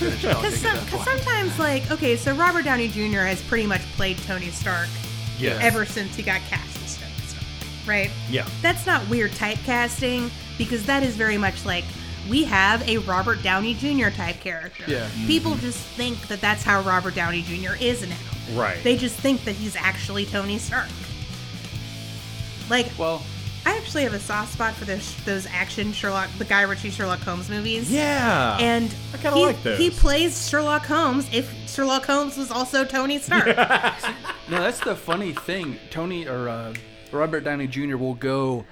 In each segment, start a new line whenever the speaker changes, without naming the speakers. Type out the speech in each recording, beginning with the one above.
Michelle.
Because
take it up.
sometimes, like, okay, so Robert Downey Jr. has pretty much played Tony Stark
Yes.
ever since he got cast as Tony Stark, right?
Yeah.
That's not weird typecasting because that is very much like we have a Robert Downey Jr. type character.
Yeah. Mm-hmm.
People just think that that's how Robert Downey Jr. is now.
Right.
They just think that he's actually Tony Stark. Like,
well.
I actually have a soft spot for those those action Sherlock, the Guy Ritchie Sherlock Holmes movies.
Ah.
Yeah.
And
I kinda
he,
like those.
he plays Sherlock Holmes if Sherlock Holmes was also Tony Stark.
No, that's the funny thing. Tony or uh, Robert Downey Jr. will go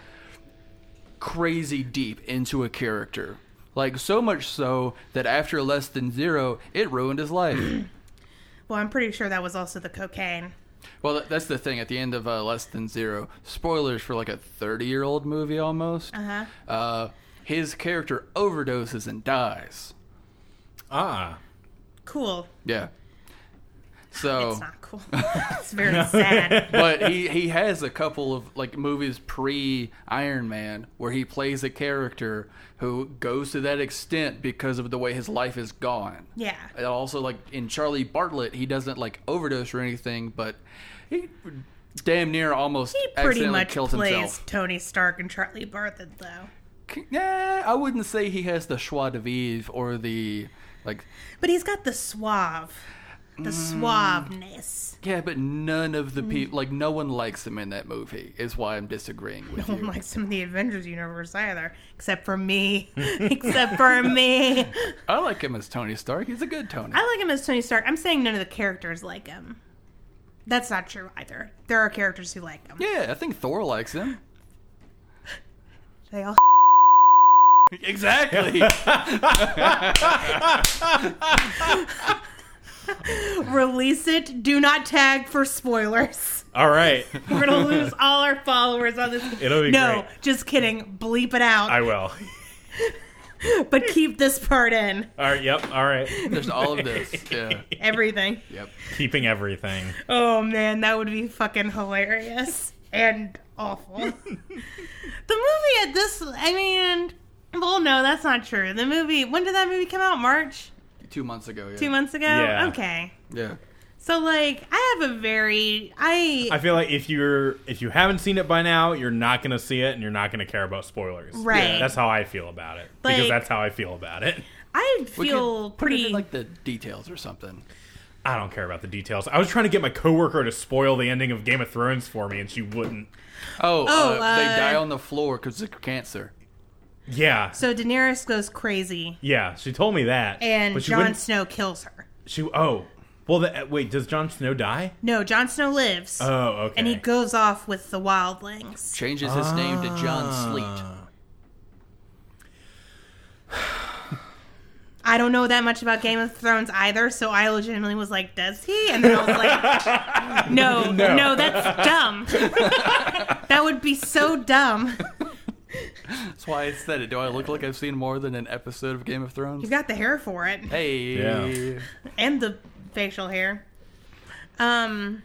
crazy deep into a character, like so much so that after less than zero, it ruined his life.
Well, I'm pretty sure that was also the cocaine.
well, that- that's the thing. At the end of uh, less than zero, spoilers for like a thirty-year-old movie almost.
Uh-huh.
Uh, his character overdoses and dies.
ah.
Cool.
Yeah. So
It's not cool. it's very sad.
but he, he has a couple of like movies pre Iron Man where he plays a character who goes to that extent because of the way his life is gone.
Yeah.
And also like in Charlie Bartlett, he doesn't like overdose or anything, but he damn near almost
He pretty
accidentally
much
kills
plays
himself.
Tony Stark and Charlie Bartlett, though.
Yeah, I wouldn't say he has the choix de vivre or the like.
But he's got the suave, the
Mm.
suaveness.
Yeah, but none of
Mm-hmm.
the people like no one likes him in that movie. Is why I'm disagreeing with
I
you.
don't like some of the Avengers universe either, except for me. except for me.
I like him as Tony Stark. He's a good Tony.
I like him as Tony Stark. I'm saying none of the characters like him. That's not true either. There are characters who like him.
Yeah, I think Thor likes him.
They all
Exactly.
release it. Do not tag for spoilers.
All right.
We're gonna lose all our followers on this.
It'll be
no,
great.
just kidding. Bleep it out,
I will.
but keep this part in.
All right. Yep. All right.
There's all of this. Yeah.
Everything.
Yep.
Keeping everything.
Oh man, that would be fucking hilarious and awful. the movie at this, I mean, well, no, that's not true. The movie. When did that movie come out? March.
Two months ago. Yeah.
Two months ago.
Yeah.
Okay.
Yeah.
So like I have a very I,
I feel like if you're if you haven't seen it by now, you're not gonna see it, and you're not gonna care about spoilers.
Right.
Yeah,
That's how I feel about it because
Like-
that's how I feel about it.
I
We
feel
could put it in,
pretty
like the details or something.
I don't care about the details. I was trying to get my coworker to spoil the ending of Game of Thrones for me, and she wouldn't.
Oh,
Oh,
uh, they
uh,
die on the floor because of cancer.
Yeah,
so Daenerys goes crazy
yeah, she told me that.
and
but she
Jon
wouldn't-
Snow kills her.
She oh, well, the, uh, wait, does Jon Snow die?
No, Jon Snow lives.
Oh, okay.
And he goes off with the wildlings.
Changes his name to John
Ah.
Sleet.
I don't know that much about Game of Thrones either, so I legitimately was like, "Does he?" And then I was like, "No, no, that's dumb. that would be so dumb."
That's why I said it. Do I look like I've seen more than an episode of Game of Thrones?
He's got the hair for it.
Hey.
Yeah.
and the facial hair. Um.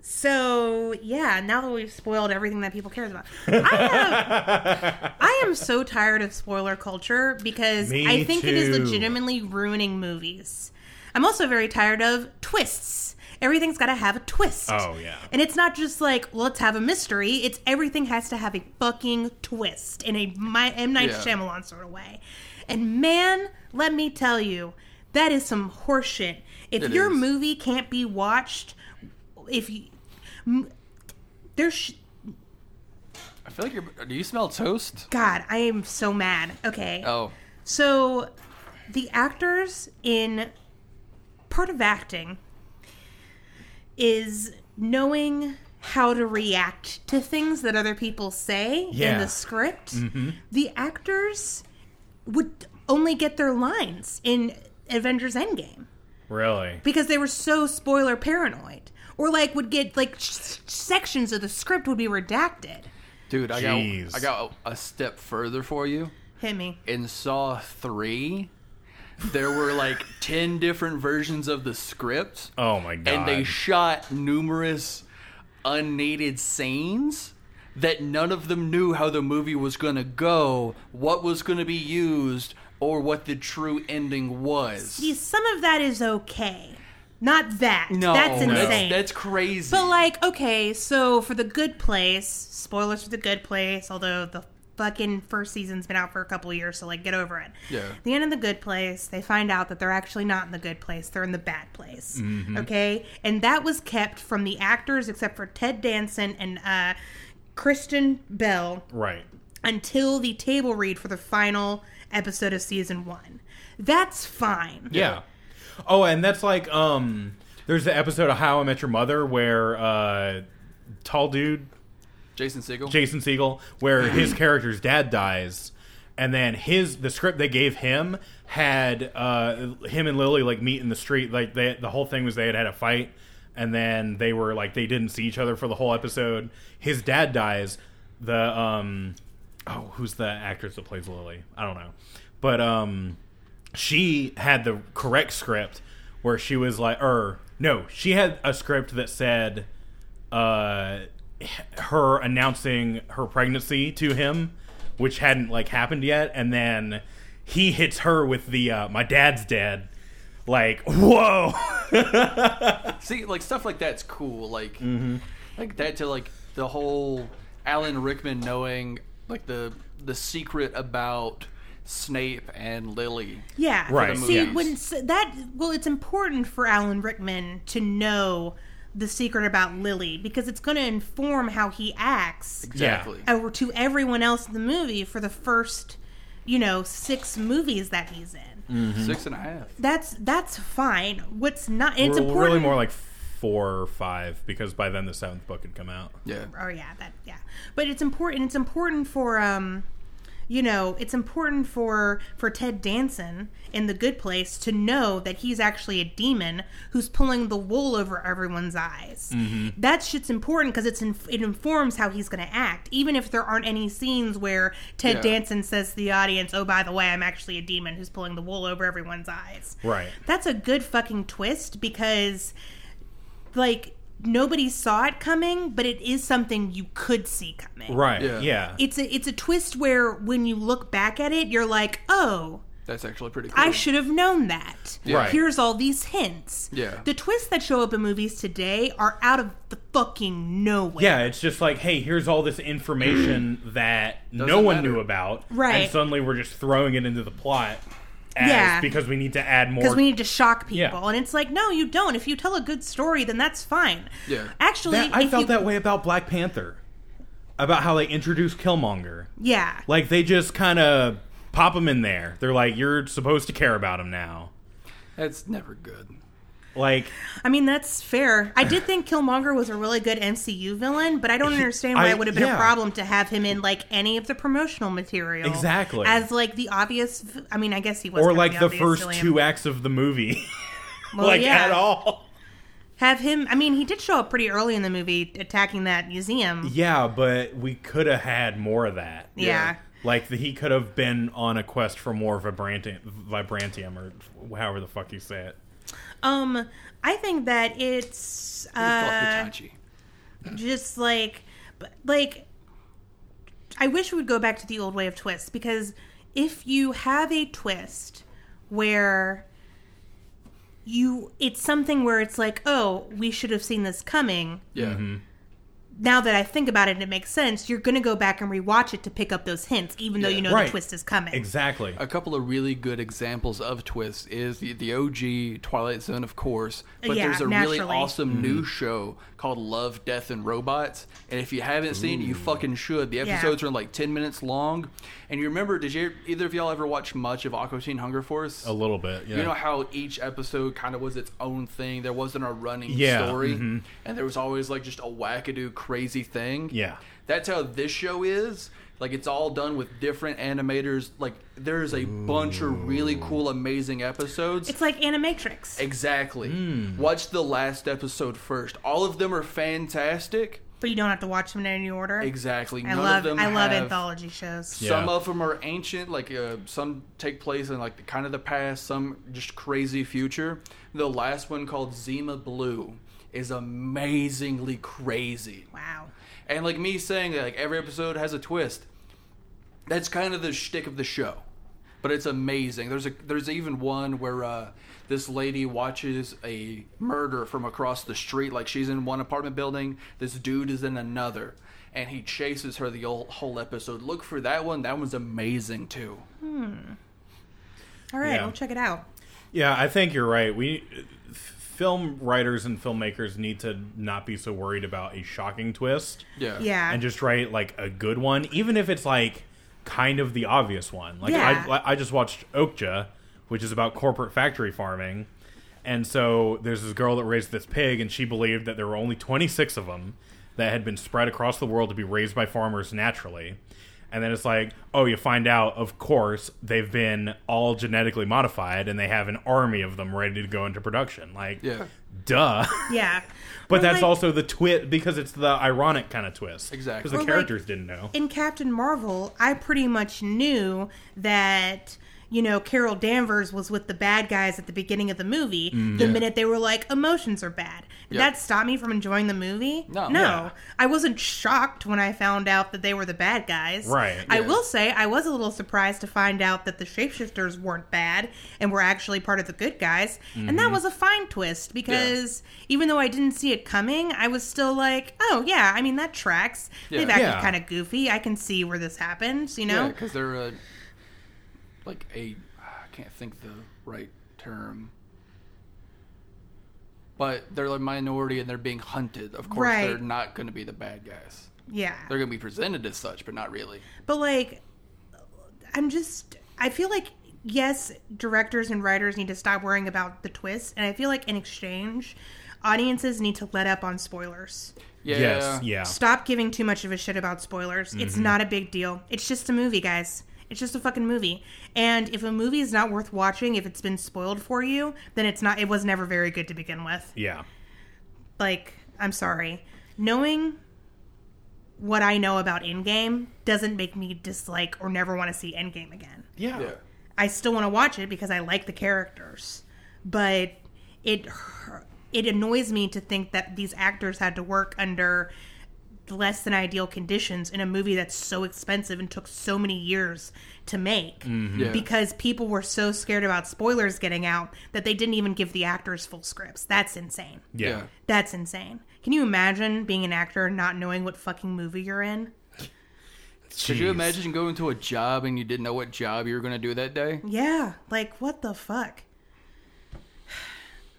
So yeah, now that we've spoiled everything that people cares about, I, have, I am so tired of spoiler culture because
Me
I think it is
too.
legitimately ruining movies. I'm also very tired of twists. Everything's got to have a twist.
Oh, yeah.
And it's not just like well, let's have a mystery. It's everything has to have a fucking twist in a my, M Night
Yeah.
Shyamalan sort of way. And man, let me tell you, that is some horseshit. If
It
your
is.
movie can't be watched, if you m- there's sh-
I feel like you're. Do you smell toast?
God, I am so mad. Okay,
Oh.
so the actors in part of acting is knowing how to react to things that other people say in
Yeah.
the script. The actors would only get their lines in Avengers Endgame
Really?
because they were so spoiler paranoid. Or like would get like s- sections of the script would be redacted.
Dude, I
Jeez.
got I got a step further for you.
Hit me.
in Saw 3, there were like 10 different versions of the script.
Oh my god!
And they shot numerous unneeded scenes that none of them knew how the movie was going to go, what was going to be used, or what the true ending was.
See, some of that is okay. Not that.
no,
that's
that's-
insane.
That's, crazy.
But like, okay, so for the Good Place, spoilers for the Good Place, although the fucking first season's been out for a couple years, so like, get over it.
Yeah.
The end of the Good Place, they find out that they're actually not in the Good Place; they're in the bad place. Okay, and that was kept from the actors, except for Ted Danson and uh, Kristen Bell
Right.
until the table read for the final episode of season one. That's fine.
Yeah. Oh, and that's like um there's the episode of How I Met Your Mother where uh tall dude
Jason Segel.
Jason Siegel where his character's dad dies and then his the script they gave him had uh him and Lily like meet in the street like they the whole thing was they had had a fight and then they were like they didn't see each other for the whole episode. His dad dies. The um oh, who's the actress that plays Lily? I don't know. But um she had the correct script where she was like or no, she had a script that said uh, her announcing her pregnancy to him, which hadn't like happened yet, and then he hits her with the uh, "my dad's dead," like whoa,
See, like stuff like that's cool. Like, like that to like the whole Alan Rickman knowing like the the secret about Snape and Lily.
Yeah,
Right,
See,
yeah.
when s- that well, it's important for Alan Rickman to know the secret about Lily because it's going to inform how he acts
Exactly.
over to everyone else in the movie for the first, you know, six movies that he's in.
Mm.
Six and a half.
That's that's fine. What's not? and It's
We're
important.
really more like four or five because by then the seventh book had come out.
Yeah.
oh yeah that yeah but it's important it's important for um you know it's important for for ted danson in the good place to know that he's actually a demon who's pulling the wool over everyone's eyes that shit's important because it's in, it informs how he's going to act even if there aren't any scenes where ted
Yeah.
danson says to the audience oh by the way i'm actually a demon who's pulling the wool over everyone's eyes
Right.
that's a good fucking twist because like nobody saw it coming, but it is something you could see coming.
Right.
Yeah.
Yeah.
It's a it's a twist where when you look back at it, you're like, "Oh,
That's actually pretty cool.
I should have known that."
Yeah.
Right.
Here's all these hints.
Yeah.
The twists that show up in movies today are out of the fucking nowhere.
yeah, it's just like, hey, here's all this information that no
Doesn't
one
matter.
knew about,
Right.
And suddenly we're just throwing it into the plot, as,
Yeah.
because we need to add more.
Because we need to shock people,
Yeah.
and it's like, no, you don't. If you tell a good story, then that's fine.
Yeah.
Actually,
That- I
if
felt
you-
that way about Black Panther, about how they introduced Killmonger.
Yeah.
Like they just kind of pop him in there. They're like, you're supposed to care about him now.
That's never good.
Like
I mean, that's fair. I did think Killmonger was a really good MCU villain, but I don't understand why
I-
it would have been a
yeah.
problem to have him in like any of the promotional material.
Exactly.
As like the obvious. v- I mean, I guess he was.
or
kinda
like the
obvious
first
villain.
two acts of the movie,
Well,
like
yeah.
at all.
Have him. I mean, he did show up pretty early in the movie attacking that museum.
Yeah, but we could have had more of that.
Yeah.
Yeah.
Like the, he could have been on a quest for more vibrantium, vibrantium, or however the fuck you say it.
Um, I think that it's uh,
Fuck Itachi.
just like, but, like. I wish we would go back to the old way of twists because if you have a twist where you it's something where it's like, "Oh, we should have seen this coming."
Yeah.
Now that I think about it and it makes sense, you're going to go back and rewatch it to pick up those hints even though
Yeah.
you know
Right.
the twist is coming.
Exactly.
A couple of really good examples of twists is the, the OG Twilight Zone, of course, but
Yeah,
there's a really
naturally.
awesome new show called Love, Death, and Robots. And if you haven't seen it, you fucking should. The
Yeah.
episodes are like 10 minutes long. And you remember, did you either of y'all ever watch much of Aqua Teen Hunger Force?
A little bit. Yeah.
You know how each episode kind of was its own thing. There wasn't a running
Yeah, mm-hmm.
story, and there was always like just a wackadoo crazy thing.
Yeah.
that's how this show is. Like it's all done with different animators. Like there's a bunch of really cool, amazing episodes.
It's like Animatrix.
exactly.
Hmm.
Watch the last episode first. All of them are fantastic.
But you don't have to watch them in any order.
Exactly.
I
None
love
of them
I love
have-
anthology shows.
Yeah.
Some of them are ancient, like uh, some take place in like the kind of the past, some just crazy future. The last one called Zima Blue is amazingly crazy,
Wow.
and like me saying that, like every episode has a twist. That's kind of the shtick of the show. but it's amazing. There's a there's even one where uh, this lady watches a murder from across the street. Like she's in one apartment building, this dude is in another, and he chases her the whole, whole episode. Look for that one. That one's amazing too.
All right,
Yeah.
we'll check it out.
Yeah, I think you're right. We f- film writers and filmmakers need to not be so worried about a shocking twist
Yeah.
Yeah.
and just write like a good one, even if it's like kind of the obvious one. Like
Yeah.
I, I just watched Okja, which is about corporate factory farming, and so there's this girl that raised this pig, and she believed that there were only 26 of them that had been spread across the world to be raised by farmers naturally. And then it's like, oh, you find out, of course, they've been all genetically modified, and they have an army of them ready to go into production. Like,
Yeah.
duh.
yeah.
But
Or,
that's
like,
also the twist because it's the ironic kind of twist.
Exactly.
Because the
Or, like,
characters didn't know.
in Captain Marvel, I pretty much knew that you know Carol Danvers was with the bad guys at the beginning of the movie. the minute they were like emotions are bad, did
Yeah.
that stopped me from enjoying the movie.
No.
Yeah.
I wasn't shocked when I found out that they were the bad guys.
Right.
I
Yeah.
will say I was a little surprised to find out that the shapeshifters weren't bad and were actually part of the good guys, and that was a fine twist because even though I didn't see it coming, I was still like, oh yeah, I mean that tracks.
Yeah.
They've acted
Yeah.
kind of goofy. I can see where this happens, you
Yeah,
know?
because they're a, like a I can't think the right term. But they're a minority and they're being hunted. Of course,
Right.
they're not going to be the bad guys.
Yeah.
They're going to be presented as such, but not really.
But like, I'm just, I feel like, yes, directors and writers need to stop worrying about the twist. And I feel like in exchange, audiences need to let up on spoilers.
Yeah. Mm-hmm.
Yes, yeah.
Stop giving too much of a shit about spoilers. It's not a big deal. It's just a movie, guys. It's just a fucking movie. And if a movie is not worth watching, if it's been spoiled for you, then it's not, it was never very good to begin with.
Yeah.
like I'm sorry, knowing what I know about Endgame doesn't make me dislike or never want to see Endgame again.
Yeah.
Yeah.
I still want to watch it because I like the characters, but it hur- it annoys me to think that these actors had to work under less than ideal conditions in a movie that's so expensive and took so many years to make
Yeah.
because people were so scared about spoilers getting out that they didn't even give the actors full scripts. That's insane.
Yeah.
Yeah.
That's insane. Can you imagine being an actor and not knowing what fucking movie you're in?
Could you
Jeez.
imagine going to a job and you didn't know what job you were going to do that day?
Yeah, like what the fuck?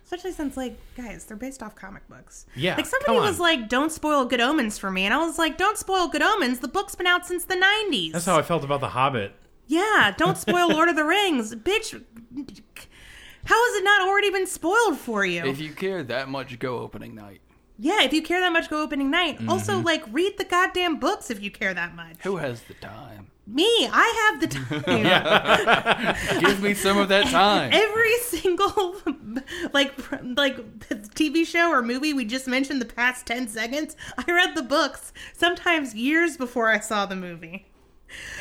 Especially since like guys, they're based off comic books.
Yeah,
Like somebody
come on.
was like, "Don't spoil Good Omens for me," and I was like, "Don't spoil Good Omens. The book's been out since the '90s."
That's how I felt about The Hobbit.
yeah, don't spoil Lord of the Rings, bitch. How has it not already been spoiled for you?
If you care that much, go opening night.
yeah, if you care that much, go opening night.
Mm-hmm.
Also, like, read the goddamn books if you care that much.
Who has the time?
Me, I have the time.
Give me some of that time.
every single like pr- like TV show or movie we just mentioned the past 10 seconds, I read the books sometimes years before I saw the movie.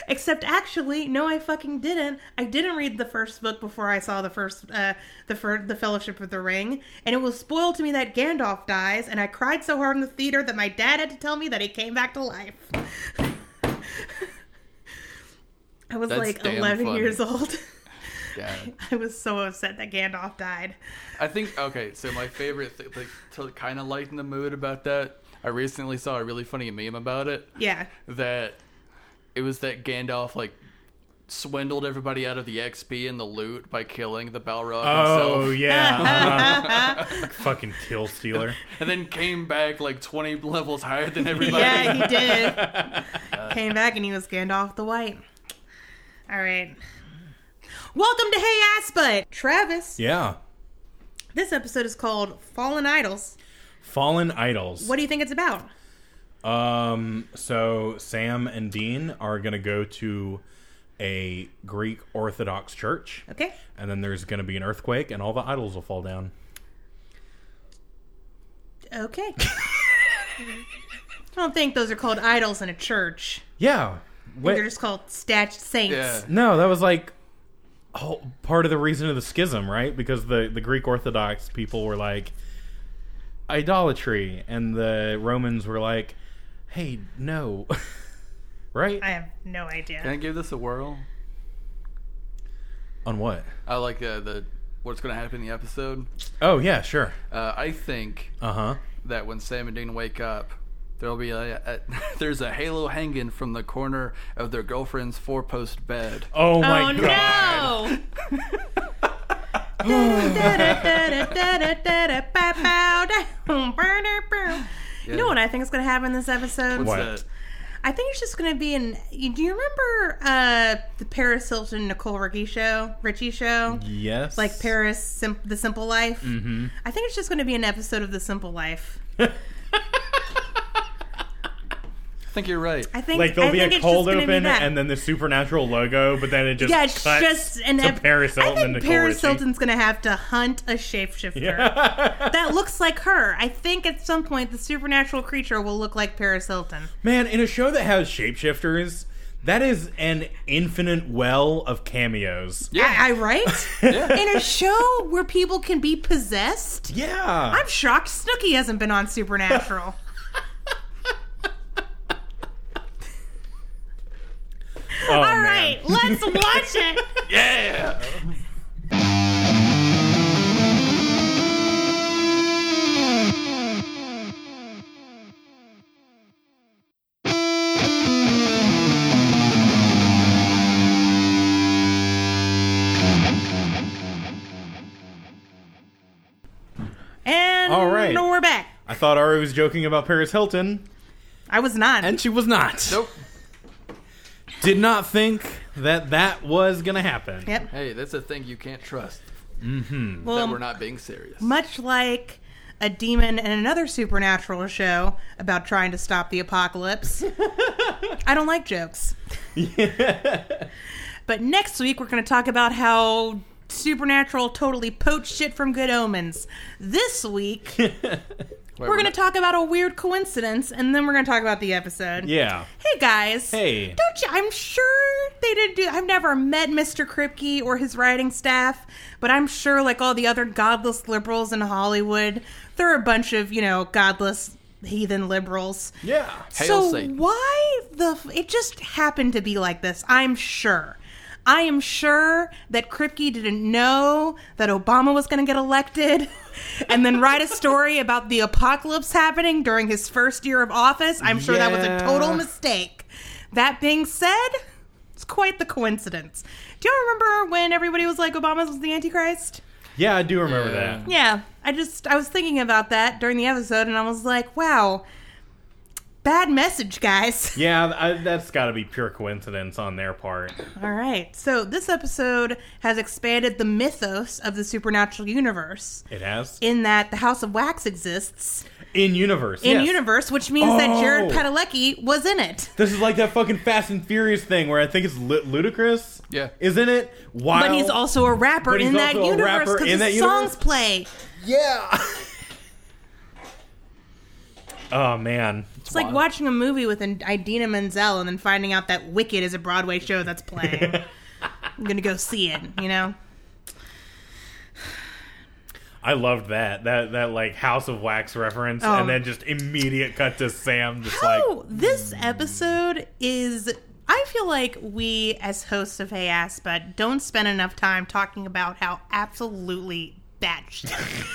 Except actually, no I fucking didn't. I didn't read the first book before I saw the first uh the fir- the Fellowship of the Ring, and it was spoiled to me that Gandalf dies and I cried so hard in the theater that my dad had to tell me that he came back to life. I was
That's
like
damn
11
funny.
years old.
God.
I was so upset that Gandalf died.
I think okay. So my favorite, th- like, to kind of lighten the mood about that, I recently saw a really funny meme about it.
Yeah.
That it was that Gandalf like swindled everybody out of the XP and the loot by killing the Balrog
Oh,
himself,
yeah. Uh-huh. Fucking kill stealer.
and then came back like twenty levels higher than everybody.
Yeah, he did. Came back and he was Gandalf the White. All right. Welcome to Hey Ass Butt, Travis.
Yeah.
This episode is called Fallen Idols.
Fallen Idols.
What do you think it's about?
Um, so Sam and Dean are going to go to a Greek Orthodox church,
Okay.
and then there's going to be an earthquake, and all the idols will fall down.
Okay. I don't think those are called idols in a church.
Yeah. Wait.
They're just called statued saints.
Yeah.
No, that was like whole part of the reason of the schism, right? Because the the Greek Orthodox people were like idolatry, and the Romans were like, "Hey, no." right?
I have no idea.
Can I give this a whirl?
On what?
I like uh, the what's going to happen in the episode.
Oh yeah, sure.
Uh, I think
Uh huh.
that when Sam and Dean wake up, there'll be a, a there's a halo hanging from the corner of their girlfriend's four post bed.
Oh my
oh
god.
no! You know what I think is going to happen this episode?
What?
That-
I think it's just going to be an. Do you remember uh, the Paris Hilton Nicole Ricky show, Richie show,
Yes.
like Paris Sim- the Simple Life? Mm-hmm. I think it's just going to be an episode of the Simple Life.
I think you're right.
I think
Like there'll
I
be
think
a
it's just
cold
gonna be
open
that.
and then the supernatural logo, but then it just
yeah, it's
cuts
just an
to
ep-
Paris Hilton
I think
and Nicole
Paris
Richie.
Hilton's going to have to hunt a shapeshifter that looks like her. I think at some point the supernatural creature will look like Paris Hilton.
Man, in a show that has shapeshifters, that is an infinite well of cameos.
I, I right? In a show where people can be possessed,
Yeah.
I'm shocked Snooki hasn't been on Supernatural.
Oh,
All
man.
right, let's watch it.
yeah.
And
All right.
we're back.
I thought Ari was joking about Paris Hilton,
I was not.
and she was not.
Nope.
Did not think that that was gonna happen.
yep.
Hey, that's a thing you can't trust. that
Well,
we're not being serious.
much like a demon in another supernatural show about trying to stop the apocalypse. I don't like jokes. but next week we're going to talk about how supernatural totally poached shit from good omens. This week
Wait,
we're going to
not-
talk about a weird coincidence and then we're going to talk about the episode.
Yeah.
Hey guys.
Hey.
Don't you? I'm sure they didn't do. I've never met Mr. Kripke or his writing staff, but I'm sure, like all the other godless liberals in Hollywood, there are a bunch of you know godless heathen liberals.
Yeah.
Hail
so
Satan.
why the? f- It just happened to be like this. I'm sure. I am sure that Kripke didn't know that Obama was going to get elected. And then write a story about the apocalypse happening during his first year of office. I'm sure that was a
Yeah.
total mistake. That being said, it's quite the coincidence. Do y'all remember when everybody was like Obama was the Antichrist?
Yeah, I do remember
Yeah.
that.
Yeah, I just I was thinking about that during the episode, and I was like, wow, bad message, guys.
Yeah, I, that's got to be pure coincidence on their part.
All right, so this episode has expanded the mythos of the supernatural universe.
It has
In that the House of Wax exists
in universe.
in
yes.
universe, which means that Jared
Oh.
Padalecki was in it.
This is like that fucking Fast and Furious thing where I think it's li- ludicrous.
Yeah.
Isn't it? While
But he's also a rapper
But he's
in that
also a
universe
rapper
because
in
his
that universe?
songs play.
yeah. oh man.
It's like watching a movie with an Idina Menzel and then finding out that Wicked is a Broadway show that's playing. I'm gonna go see it, you know.
I loved that that that like House of Wax reference,
Oh.
and then just immediate cut to Sam, just like
Oh, this episode is. I feel like we, as hosts of Hey Ass But, don't spend enough time talking about how absolutely batshit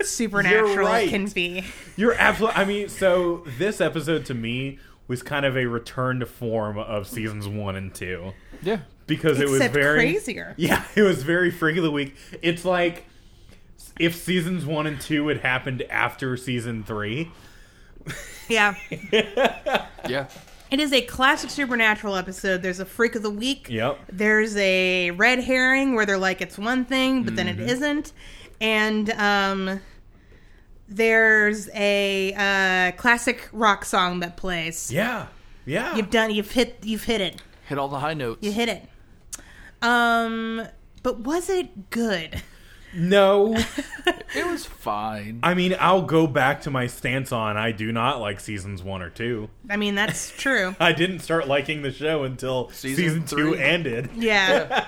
supernatural
right.
can be.
you're absolutely. I mean, so this episode to me was kind of a return to form of seasons one and two
yeah.
because it was
Except
very
crazier.
Yeah, it was very freak of the week. It's like if seasons one and two had happened after season three.
Yeah.
Yeah.
It is a classic supernatural episode. There's a freak of the week.
Yep.
There's a red herring where they're like it's one thing, but then it
Mm-hmm.
isn't. And um, there's a uh, classic rock song that plays.
Yeah, yeah.
You've done. You've hit. You've hit it.
Hit all the high notes.
You hit it. Um, but was it good?
no,
It was fine.
I mean I'll go back to my stance on I do not like seasons one or two.
I mean, that's true.
I didn't start liking the show until season,
Season
two
three.
ended.
Yeah.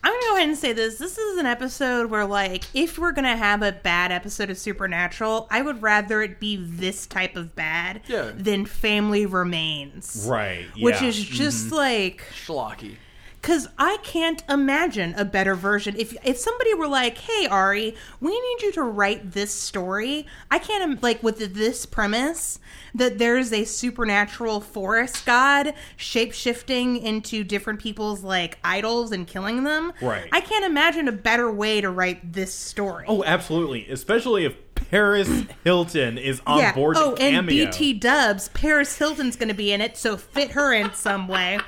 I'm gonna go ahead and say this. This is an episode where, like, if we're gonna have a bad episode of Supernatural, I would rather it be this type of bad
Yeah.
than Family Remains,
Right.
Which
yeah. Mm-hmm.
is just like
Schlocky.
Cause I can't imagine a better version. If if somebody were like, "Hey Ari, we need you to write this story," I can't im- like with this premise that there's a supernatural forest god shape shifting into different people's like idols and killing them.
Right.
I can't imagine a better way to write this story.
Oh, absolutely. Especially if Paris Hilton is on board to
Oh,
cameo.
and BT Dubs, Paris Hilton's going to be in it, so fit her in some way.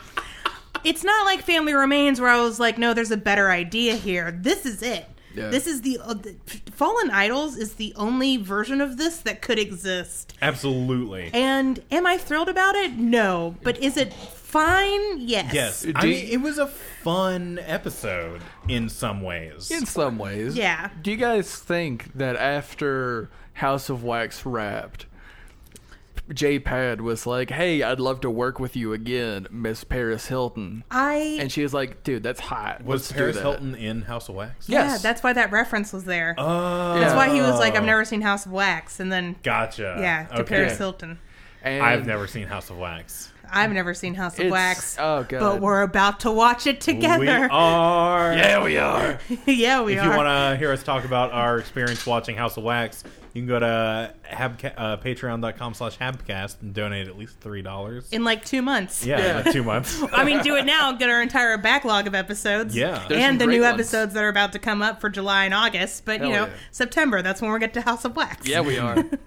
It's not like Family Remains where I was like, no, there's a better idea here. This is it.
Yeah.
This is the, uh, the Fallen Idols is the only version of this that could exist.
Absolutely.
And am I thrilled about it? No. But is it fine? Yes.
Yes,
Do
I
you-
mean it was a fun episode in some ways.
In some ways.
Yeah.
Do you guys think that after House of Wax wrapped, J Pad was like, Hey, I'd love to work with you again, Miss Paris Hilton.
I.
And she was like, Dude, that's hot.
was
Let's
Paris
do that.
Hilton in House of Wax?
yeah,
Yes.
that's why that reference was there.
Oh,
that's why he was like,
Oh.
I've never seen House of Wax. And then,
Gotcha.
yeah, to
okay.
Paris Hilton.
And
I've never seen House of Wax.
I've never seen House of
It's-
Wax.
oh, God.
But we're about to watch it
We
together.
are.
Yeah, we are.
yeah, we
If
are.
you want to hear us talk about our experience watching House of Wax, you can go to habca- uh, patreon.com slash habcast and donate at least $3.
In like two months.
yeah,
Yeah.
in like two months.
I mean, do it now. Get our entire backlog of episodes.
Yeah.
There's some
and the
great
new
ones.
episodes that are about to come up for July and August. But,
Hell
you know,
yeah.
September, that's when we get to House of Wax.
Yeah, we are. Birthday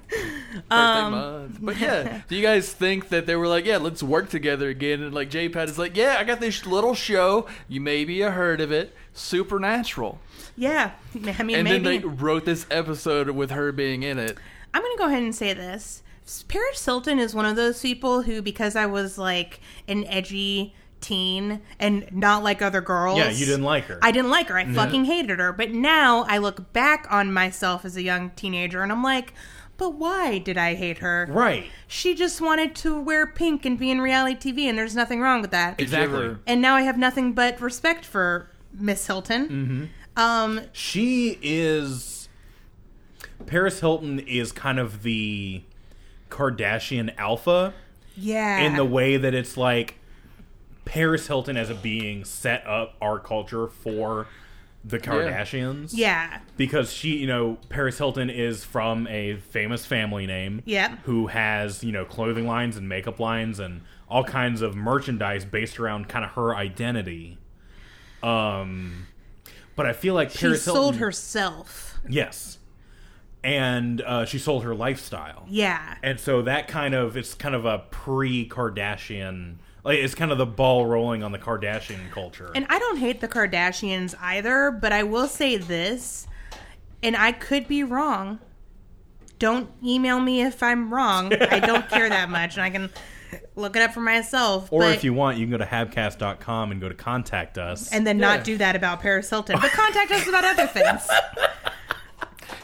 Um,
month. But yeah, do you guys think that they were like, yeah, let's work together again? And like J-Pad is like, yeah, I got this little show. You maybe have heard of it, Supernatural.
Yeah. I mean,
And
maybe.
then they wrote this episode with her being in it.
I'm going to go ahead and say this. Paris Hilton is one of those people who, because I was like an edgy teen and not like other girls.
yeah, you didn't like her.
I didn't like her. I fucking hated her. But now I look back on myself as a young teenager and I'm like, but why did I hate her?
right.
She just wanted to wear pink and be in reality TV, and there's nothing wrong with that.
Did you ever-
Exactly.
And now I have nothing but respect for Miss Hilton.
Mm-hmm.
Um,
She is. Paris Hilton is kind of the Kardashian alpha.
yeah.
in the way that it's like Paris Hilton as a being set up our culture for the Kardashians.
yeah.
Because she, you know, Paris Hilton is from a famous family name.
Yep.
Who has, you know, clothing lines and makeup lines and all kinds of merchandise based around kind of her identity. Um but I feel like
She
Paris
sold
Hilton
herself.
Yes. And uh, she sold her lifestyle.
Yeah.
And so that kind of it's kind of a pre-Kardashian. Like it's kind of the ball rolling on the Kardashian culture.
And I don't hate the Kardashians either, but I will say this, and I could be wrong. Don't email me if I'm wrong. I don't care that much, and I can look it up for myself.
or
but-
if you want, you can go to habcast.com and go to contact us.
and then
Yeah.
not do that about Paris Hilton, but contact us about other things.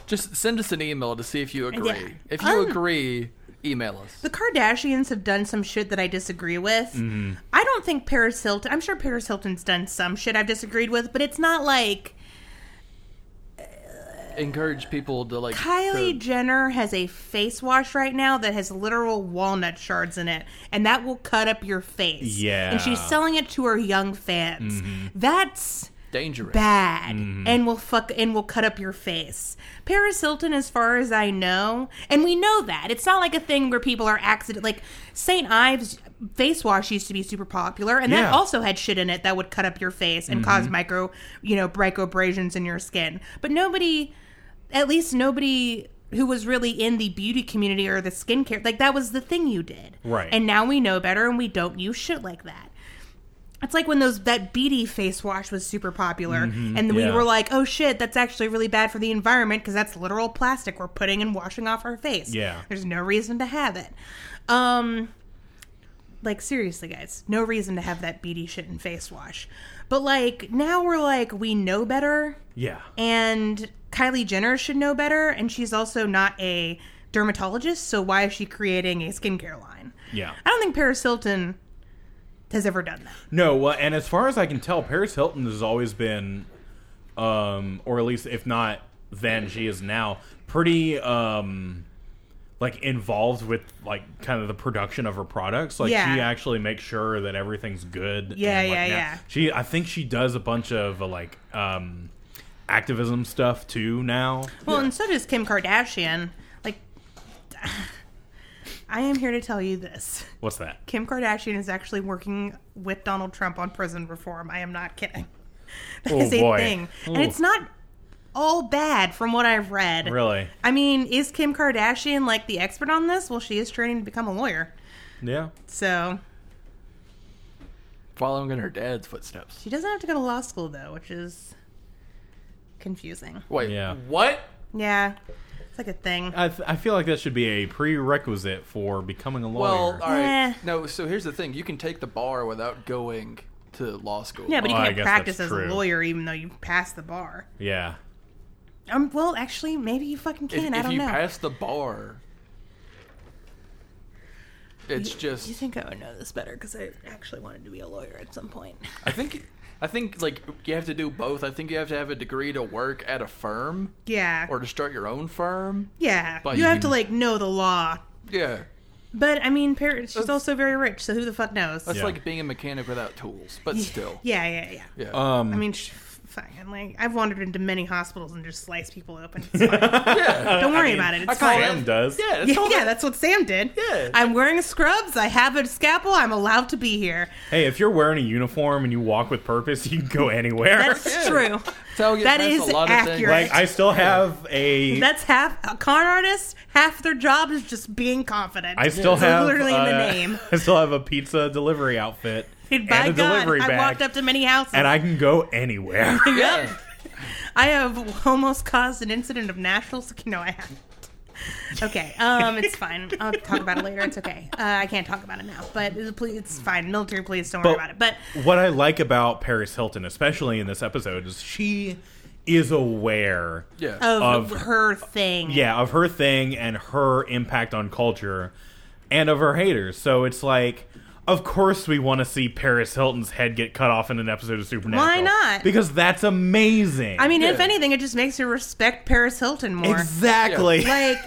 Just send us an email to see if you agree.
Yeah.
If you
Um,
agree, email us.
The Kardashians have done some shit that I disagree with.
Mm-hmm.
I don't think Paris Hilton. I'm sure Paris Hilton's done some shit I've disagreed with, but it's not like
Encourage people to like
Kylie
to-
Jenner has a face wash right now that has literal walnut shards in it, and that will cut up your face.
Yeah.
And she's selling it to her young fans. That's
dangerous.
bad
Mm-hmm.
and will fuck and will cut up your face. Paris Hilton, as far as I know, and we know that it's not like a thing where people are accident like Saint Ives face wash used to be super popular, and
Yeah. Mm-hmm.
that also had shit in it that would cut up your face and cause micro, you know, microabrasions in your skin. But nobody, at least nobody. Who was really in the beauty community or the skincare? Like that was the thing you did,
Right.
And now we know better, and we don't use shit like that. It's like when those that beady face wash was super popular, and we
Mm-hmm. yeah.
were like, "Oh shit, that's actually really bad for the environment because that's literal plastic we're putting and washing off our face."
Yeah.
there's no reason to have it. Um, like seriously, guys, no reason to have that beady shit and face wash. But like now we're like we know better,
yeah.
and Kylie Jenner should know better, and she's also not a dermatologist, so why is she creating a skincare line?
Yeah.
I don't think Paris Hilton has ever done that.
No, well, and as far as I can tell, Paris Hilton has always been, um, or at least if not then, she is now pretty um, like involved with like kind of the production of her products. Like
Yeah.
she actually makes sure that everything's good.
Yeah,
and, like,
yeah,
now-
yeah.
She, I think she does a bunch of uh, like um, activism stuff too now.
Well, and so does Kim Kardashian. Like, I am here to tell you this.
What's that?
Kim Kardashian is actually working with Donald Trump on prison reform. I am not kidding. That
Oh,
is a
boy.
thing. And
Ooh.
it's not all bad from what I've read.
Really?
I mean, is Kim Kardashian like the expert on this? Well, she is training to become a lawyer.
Yeah.
So
Following in her dad's footsteps.
she doesn't have to go to law school, though, which is confusing.
Wait,
Yeah.
what?
Yeah. It's like a thing.
I, th- I feel like that should be a prerequisite for becoming a
Well,
lawyer.
all right.
Yeah.
No, so here's the thing: you can take the bar without going to law school.
Yeah, but you
Oh, I
can't
guess
practice as
that's
a
true.
lawyer even though you passed the bar.
yeah.
Um, well, actually, maybe you fucking
if,
can. I
if
don't
you
know.
pass the bar, it's just.
You think I would know this better because I actually wanted to be a lawyer at some point.
I think. I think like you have to do both. I think you have to have a degree to work at a firm
Yeah.
or to start your own firm.
yeah.
But
you have
you-
to like know the law.
Yeah,
But I mean, Par- she's
That's-
also very rich, so who the fuck knows?
that's
Yeah.
like being a mechanic without tools, but still.
Yeah, yeah, yeah.
Yeah.
Um,
I mean, sh- fucking like I've wandered into many hospitals and just sliced people open. It's fine.
yeah.
Don't worry
mean,
about it. It's
I call
fine.
Sam does.
Yeah. That's
Yeah,
all
yeah,
that-
that's what Sam did.
Yeah.
I'm wearing scrubs. I have a scalpel. I'm allowed to be here.
Hey, if you're wearing a uniform and you walk with purpose, you can go anywhere.
That's
Yeah.
true.
That's how you
That
pass
is
a lot of things.
accurate.
like I still have a.
That's half a con artist. Half their job is just being confident.
I still
It's
have
literally in the
uh,
name.
I still have a pizza delivery outfit
And
and,
by
a
God,
delivery
I've walked
bag,
up to many houses.
and I can go anywhere.
Yeah.
I have almost caused an incident of national. sec- No, I haven't. Okay, um, it's fine. I'll talk about it later. It's okay. Uh, I can't talk about it now, but it's- please, it's fine. Military, please don't worry
But-
about it. But
what I like about Paris Hilton, especially in this episode, is she is aware,
Yeah.
of,
Of-
her thing,
yeah, of her thing and her impact on culture, and of her haters. So it's like. Of course, we want to see Paris Hilton's head get cut off in an episode of Supernatural.
Why not?
Because that's amazing.
I mean, if
Yeah.
anything, it just makes you respect Paris Hilton more.
exactly.
like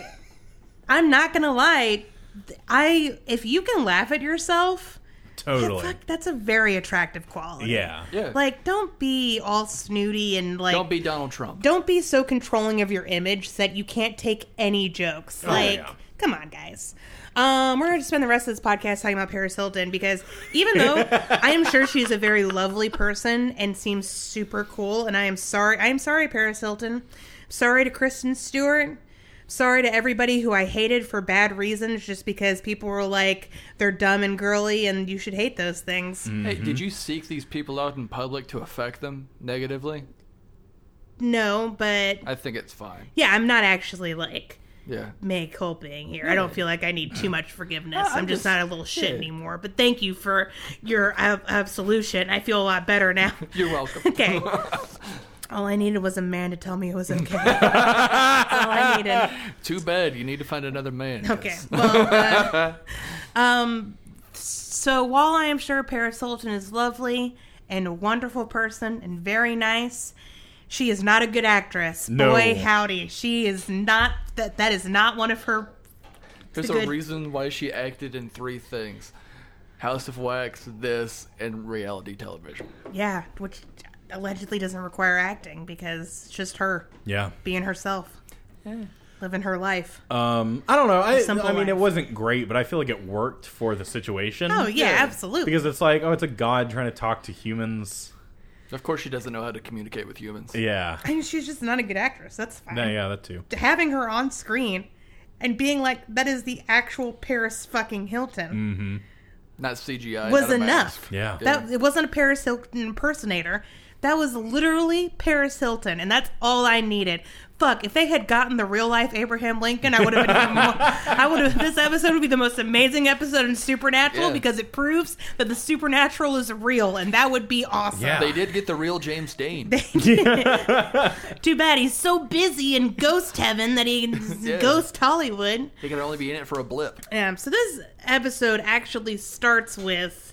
i'm not gonna lie th- i if you can laugh at yourself
totally.
fuck, that's a very attractive quality
Yeah.
Yeah.
like don't be all snooty and like
Don't be Donald Trump.
don't be so controlling of your image that you can't take any jokes like
yeah.
come on guys um, we're going to spend the rest of this podcast talking about Paris Hilton because even though I am sure she's a very lovely person and seems super cool, and I am sorry, I am sorry, Paris Hilton. Sorry to Kristen Stewart. Sorry to everybody who I hated for bad reasons just because people were like, they're dumb and girly and you should hate those things.
Hey,
Mm-hmm.
did you seek these people out in public to affect them negatively?
No, but
I think it's fine.
yeah, I'm not actually like
Yeah.
May Cole being here. I don't feel like I need too much forgiveness.
I'm
I'm just
just-
not a little shit
yeah.
anymore. But thank you for your ab- absolution. I feel a lot better now.
You're welcome.
okay. All I needed was a man to tell me it was okay. That's all I needed.
Too bad. You need to find another man. 'cause-
Okay. Well, uh, um, so while I am sure Paris Hilton is lovely and a wonderful person and very nice, she is not a good actress.
No.
Boy, howdy. She is not, that, that is not one of her
There's
the
a
good-
reason why she acted in three things House of Wax, this, and reality television.
Yeah, which allegedly doesn't require acting because it's just her
Yeah.
being herself, living her life.
Um, I don't know. I,
simple
I mean, it
life.
wasn't great, but I feel like it worked for the situation.
oh yeah,
yeah,
absolutely.
Because it's like, oh, it's a god trying to talk to humans.
Of course, she doesn't know how to communicate with humans.
Yeah.
I mean, she's just not a good actress. That's fine.
No, yeah, that too.
Having her on screen and being like that is the actual Paris fucking Hilton
Not CGI.
was
not a
enough.
mask.
Yeah.
That it wasn't a Paris Hilton impersonator. That was literally Paris Hilton, and that's all I needed. Fuck, if they had gotten the real life Abraham Lincoln, I would have been. even more, I would have. This episode would be the most amazing episode in Supernatural
Yeah.
because it proves that the supernatural is real, and that would be awesome.
Yeah.
They did get the real James Dane.
Too bad he's so busy in Ghost Heaven that he
Yeah.
Ghost Hollywood.
They could only be in it for a blip.
Um, so this episode actually starts with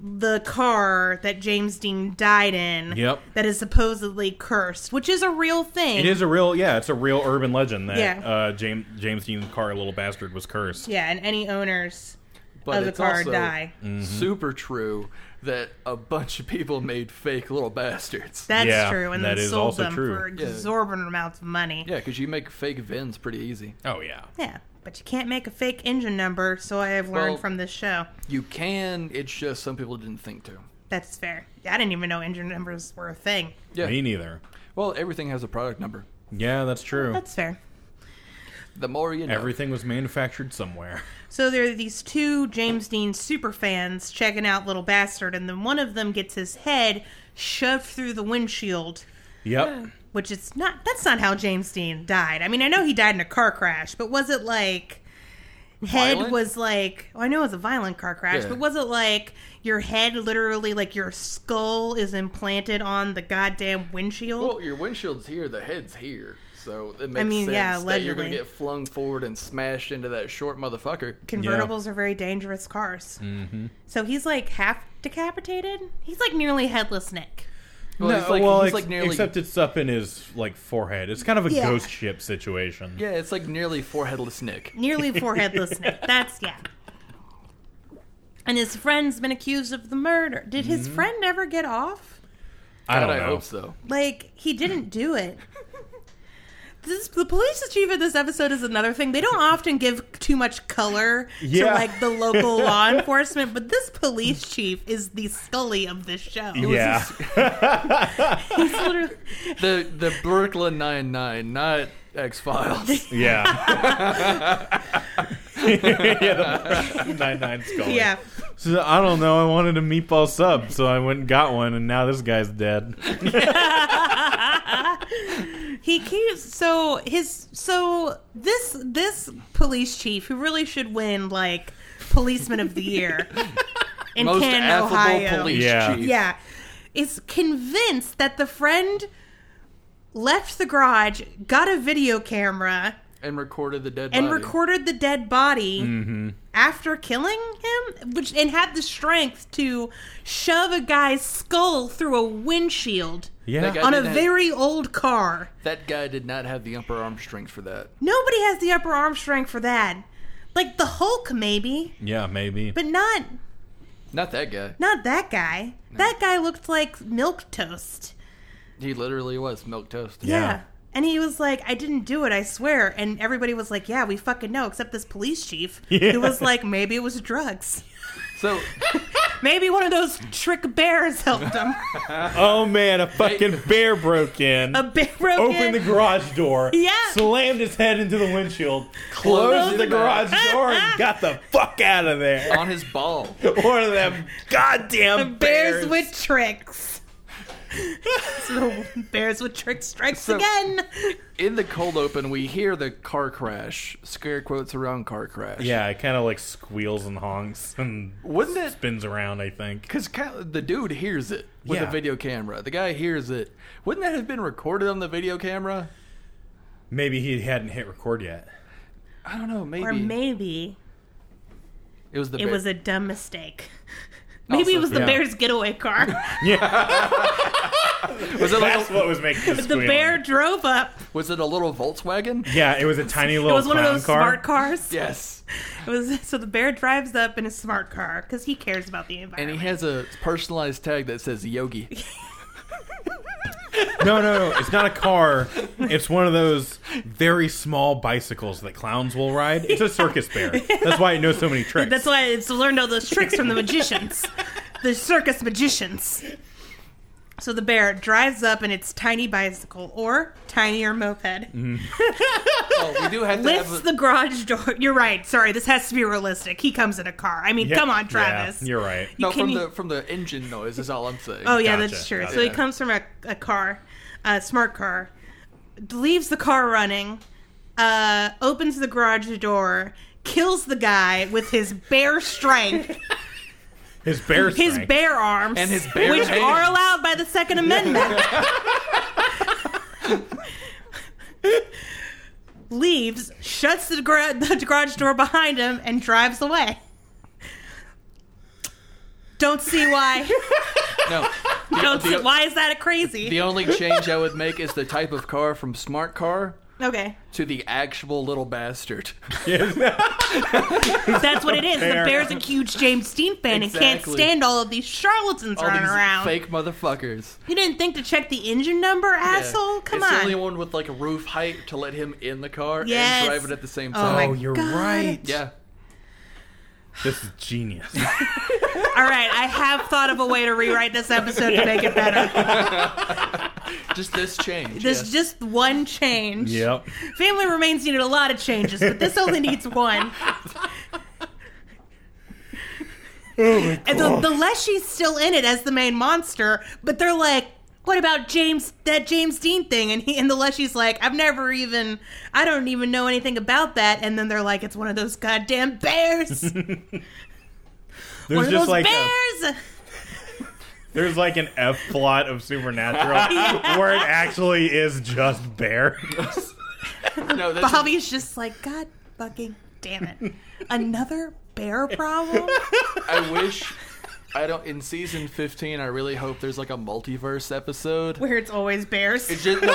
the car that James Dean died in
Yep.
that is supposedly cursed, which is a real thing.
It is a real, yeah, it's a real urban legend that
Yeah.
uh, James James Dean Carr, little bastard, was cursed.
Yeah, and any owners
But
of the
it's
car
also
die.
Mm-hmm.
super true that a bunch of people made fake little bastards.
That's
Yeah,
true, and
that
then
is
sold
also
them
true.
for
Yeah.
exorbitant amounts of money.
yeah, because you make fake VINs pretty easy.
Oh yeah,
Yeah, but you can't make a fake engine number, so I have learned
Well-
from this show.
You can. It's just some people didn't think to.
That's fair. I didn't even know engine numbers were a thing.
Yeah.
me neither.
Well, everything has a product number.
Yeah, that's true.
That's fair.
The more you know.
Everything was manufactured somewhere.
So there are these two James Dean super fans checking out Little Bastard, and then one of them gets his head shoved through the windshield,
Yep.
which is not, that's not how James Dean died. I mean, I know he died in a car crash, but was it like. Head
Violent?
was like, well, I know it was a violent car crash,
Yeah.
but was it like your head literally, like your skull is implanted on the goddamn windshield?
Well, your windshield's here, the head's here. So it makes
mean,
sense
yeah,
that you're going
allegedly.
to get flung forward and smashed into that short motherfucker.
Convertibles are very dangerous cars.
Mm-hmm.
So he's like half decapitated. He's like nearly headless Nick.
Well, he's like, he's
ex-
like nearly.
except it's up in his like forehead. It's kind of a
Yeah.
ghost ship situation.
yeah, it's like nearly foreheadless Nick.
Nearly foreheadless Nick. That's yeah. And his friend's been accused of the murder. Did his
Mm-hmm.
friend ever get off?
I don't
God, I
know.
hope so.
Like he didn't do it. This, the police chief of this episode is another thing. They don't often give too much color
Yeah.
to like the local law enforcement, but this police chief is the Scully of this show.
Yeah,
He's literally
The the Brooklyn Nine Nine, not X Files.
yeah, yeah. The nine nine skull.
yeah.
So I don't know. I wanted a meatball sub, so I went and got one, and now this guy's dead.
He keeps so his so this this police chief who really should win like policeman of the year in
Most
Canton,
affable
Ohio.
police
Yeah.
chief.
Yeah, is convinced that the friend left the garage, got a video camera,
And recorded the dead
and
body. Mm-hmm.
recorded the dead body after killing him, which and had the strength to shove a guy's skull through a windshield
Yeah,
That guy-
on a
didn't have-
very old car.
That guy did not have the upper arm strength for that.
Nobody has the upper arm strength for that. Like the Hulk, maybe,
yeah, maybe.
but not
Not that guy.
not that guy. That guy looked like milk toast.
He literally was milk toast.
Yeah.
And he was like, I didn't do it, I swear. And everybody was like, Yeah, we fucking know, except this police chief
Yeah.
who was like, Maybe it was drugs.
So
Maybe one of those trick bears helped him.
oh man, a fucking bear broke in.
A bear broke in.
Opened the garage door,
Yeah.
slammed his head into the windshield,
Closed
closed the
the
garage door, and got the fuck out of there.
on his ball.
One of them goddamn
bears. with tricks. so bears with tricks strikes
So-
again.
In the cold open, we hear the car crash. Scare quotes around car crash.
Yeah, it kind of like squeals and honks and
Wouldn't it?
spins around. I think.
Because the dude hears it with
Yeah.
a video camera. The guy hears it. Wouldn't that have been recorded on the video camera?
Maybe he hadn't hit record yet.
I don't know. Maybe
Or maybe
it was the.
it
bear-
was a dumb mistake. Maybe it
Also-
was the
yeah.
bear's getaway car.
was it like
That's
a,
what was making the
the
squeal.
bear drove up.
was it a little Volkswagen?
Yeah, it was a tiny
It
little
was one of
clown
those
car.
smart cars.
Yes.
It was so the bear drives up in a smart car because he cares about the
And he
environment.
has a personalized tag that says Yogi.
No, no, no. It's not a car. It's one of those very small bicycles that clowns will ride. It's a circus bear. That's why it knows so many tricks.
That's why it's learned all those tricks from the magicians, the circus magicians. So the bear drives up in its tiny bicycle or tinier moped,
Mm-hmm.
Oh, we do have to have.
lifts
A,
the garage door. You're right. Sorry, this has to be realistic. He comes in a car. I mean,
Yeah,
come on, Travis.
Yeah, you're right.
You-
no,
can
from
you-
the from the engine noise is all I'm saying.
Oh yeah,
Gotcha,
that's true.
gotcha.
So he comes from a, a car, a smart car, leaves the car running, uh, opens the garage door, kills the guy with his bare strength,
His bear.
his
strength.
bare arms,
And his bare
which
hands.
are allowed by the Second Amendment. Leaves, shuts the, gra- the garage door behind him, and drives away. Don't see why.
No. The-
Don't see
the-
why is that a crazy?
The only change I would make is the type of car from smart car
okay,
to the actual little bastard.
that's what it is.
Fair.
The Bear's a huge James Dean fan and can't
Exactly.
stand all of these charlatans
All
running
these
around.
fake motherfuckers.
You didn't think to check the engine number,
Yeah.
asshole? Come
it's
on.
the only one with like a roof height to let him in the car
Yes.
and drive it at the same
Oh
time.
my
Oh, you're
God.
right.
Yeah.
This is genius.
All right, I have thought of a way to rewrite this episode to make it better.
Just this change.
There's
yes.
just one change.
yep.
Family Remains needed a lot of changes, but this only needs one.
Oh
and the, the Leshy's still in it as the main monster, but they're like, what about James that James Dean thing? And he and the Leshy's like, I've never even I don't even know anything about that. And then they're like, it's one of those goddamn bears. one
There's
of
just
those
like a,
bears.
there's like an F plot of Supernatural where it actually is just bear.
no, that's
Bobby's just like, God fucking damn it. Another bear problem?
I wish I don't in season 15 I really hope there's like a multiverse episode.
Where it's always bears.
It's just- no,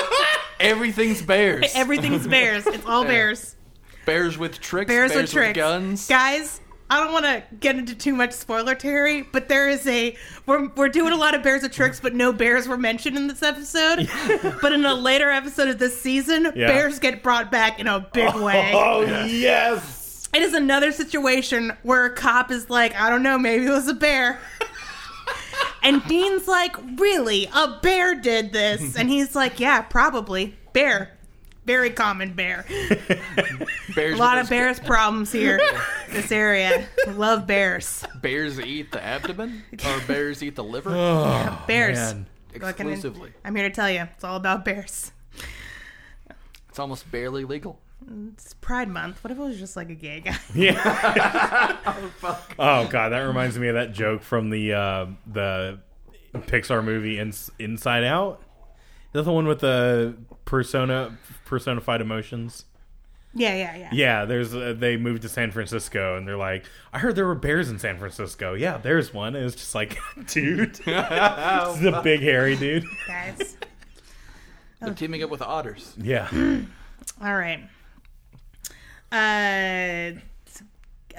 everything's bears.
Everything's bears. It's all
Yeah.
bears.
bears with tricks,
Bears,
bears,
with tricks.
guns.
Guys, I don't want to get into too much spoiler terry, but there is a we're we're doing a lot of bears with tricks, but no bears were mentioned in this episode. but in a later episode of this season,
Yeah.
bears get brought back in a big way.
Oh yes.
It is another situation where a cop is like, I don't know, maybe it was a bear. and Dean's like, Really? A bear did this? And he's like, Yeah, probably. Bear. Very common bear.
bears
A lot
with those-
of bears problems here. This area. Love bears.
Bears eat the abdomen or bears eat the liver.
Oh,
Bears.
man.
Look, I'm-
exclusively.
I'm here to tell you, it's all about bears.
It's almost barely legal.
It's Pride Month. What if it was just like a gay guy?
Yeah. oh god, that reminds me of that joke from the uh, the Pixar movie In- Inside Out. Is that the one with the persona personified emotions?
Yeah, yeah, yeah.
Yeah, there's uh, they moved to San Francisco and they're like, I heard there were bears in San Francisco. Yeah, there's one. And it's just like, dude, it's the big hairy dude.
Guys. Oh.
They're teaming up with otters.
Yeah,
All right. Uh,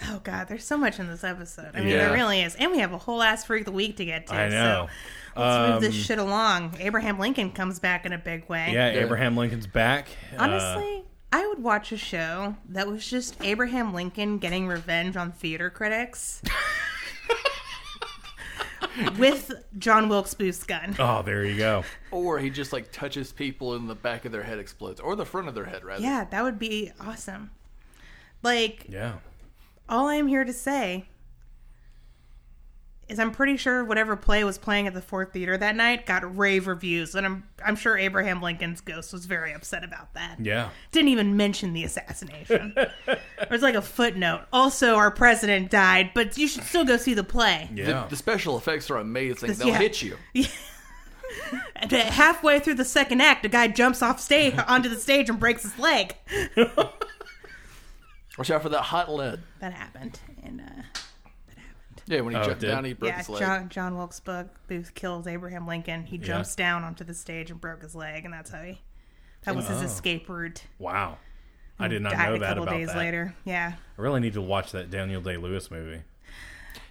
oh God, there's so much in this episode. I mean,
Yeah.
there really is, and we have a whole ass freak of the week to get to.
I know.
So let's move this
Um,
shit along. Abraham Lincoln comes back in a big way.
yeah. Abraham Lincoln's back. Uh,
Honestly, I would watch a show that was just Abraham Lincoln getting revenge on theater critics. With John Wilkes Booth's gun.
oh, there you go.
Or he just like touches people and the back of their head explodes. Or the front of their head, rather.
Yeah, that would be awesome. Like,
Yeah,
all I'm here to say is I'm pretty sure whatever play was playing at the Ford Theater that night got rave reviews, and I'm I'm sure Abraham Lincoln's ghost was very upset about that.
yeah.
Didn't even mention the assassination. it was like a footnote. Also, our president died, but you should still go see the play.
The,
Yeah.
the special effects are amazing.
This-
They'll
yeah.
hit you.
And then halfway through the second act, a guy jumps off stage onto the stage and breaks his leg.
Watch out for that hot lead.
That happened. And uh,
Yeah, when he
Oh, it
jumped
did?
down, he broke
yeah,
his leg.
John, John Wilkes Bo- Booth kills Abraham Lincoln. He jumps down onto the stage and broke his leg, and that's how he. That was his escape route.
Wow, Oh. I did not
Died
know
a
that
couple
about
days
that.
later. Yeah.
I really need to watch that Daniel Day Lewis movie.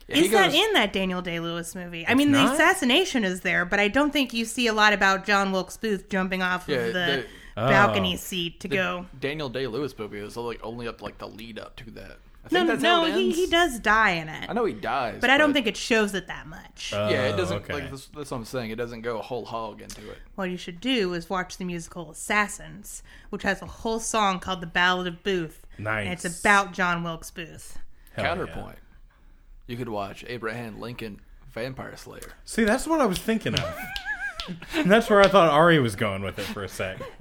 Yeah, he
Is that
goes-
in that Daniel Day Lewis movie? I mean, the
not?
assassination is there, but I don't think you see a lot about John Wilkes Booth jumping off
Yeah,
of the
the-
balcony
Oh.
seat to
the
go.
Daniel Day Lewis movie is like only up to like the lead up to that. I
No,
think
no,
that's how
no.
it
He,
ends.
he does die in it,
I know Uh. he dies,
but I don't think it shows it that much.
Yeah,
Oh,
it doesn't.
okay.
Like that's, that's what I'm saying. It doesn't go whole hog into it.
what you should do is watch the musical Assassins, which has a whole song called The Ballad of Booth. And
Nice.
it's about John Wilkes Booth.
Hell yeah.
Counterpoint. You could watch Abraham Lincoln Vampire Slayer.
See, that's what I was thinking of. And that's where I thought Ari was going with it for a sec.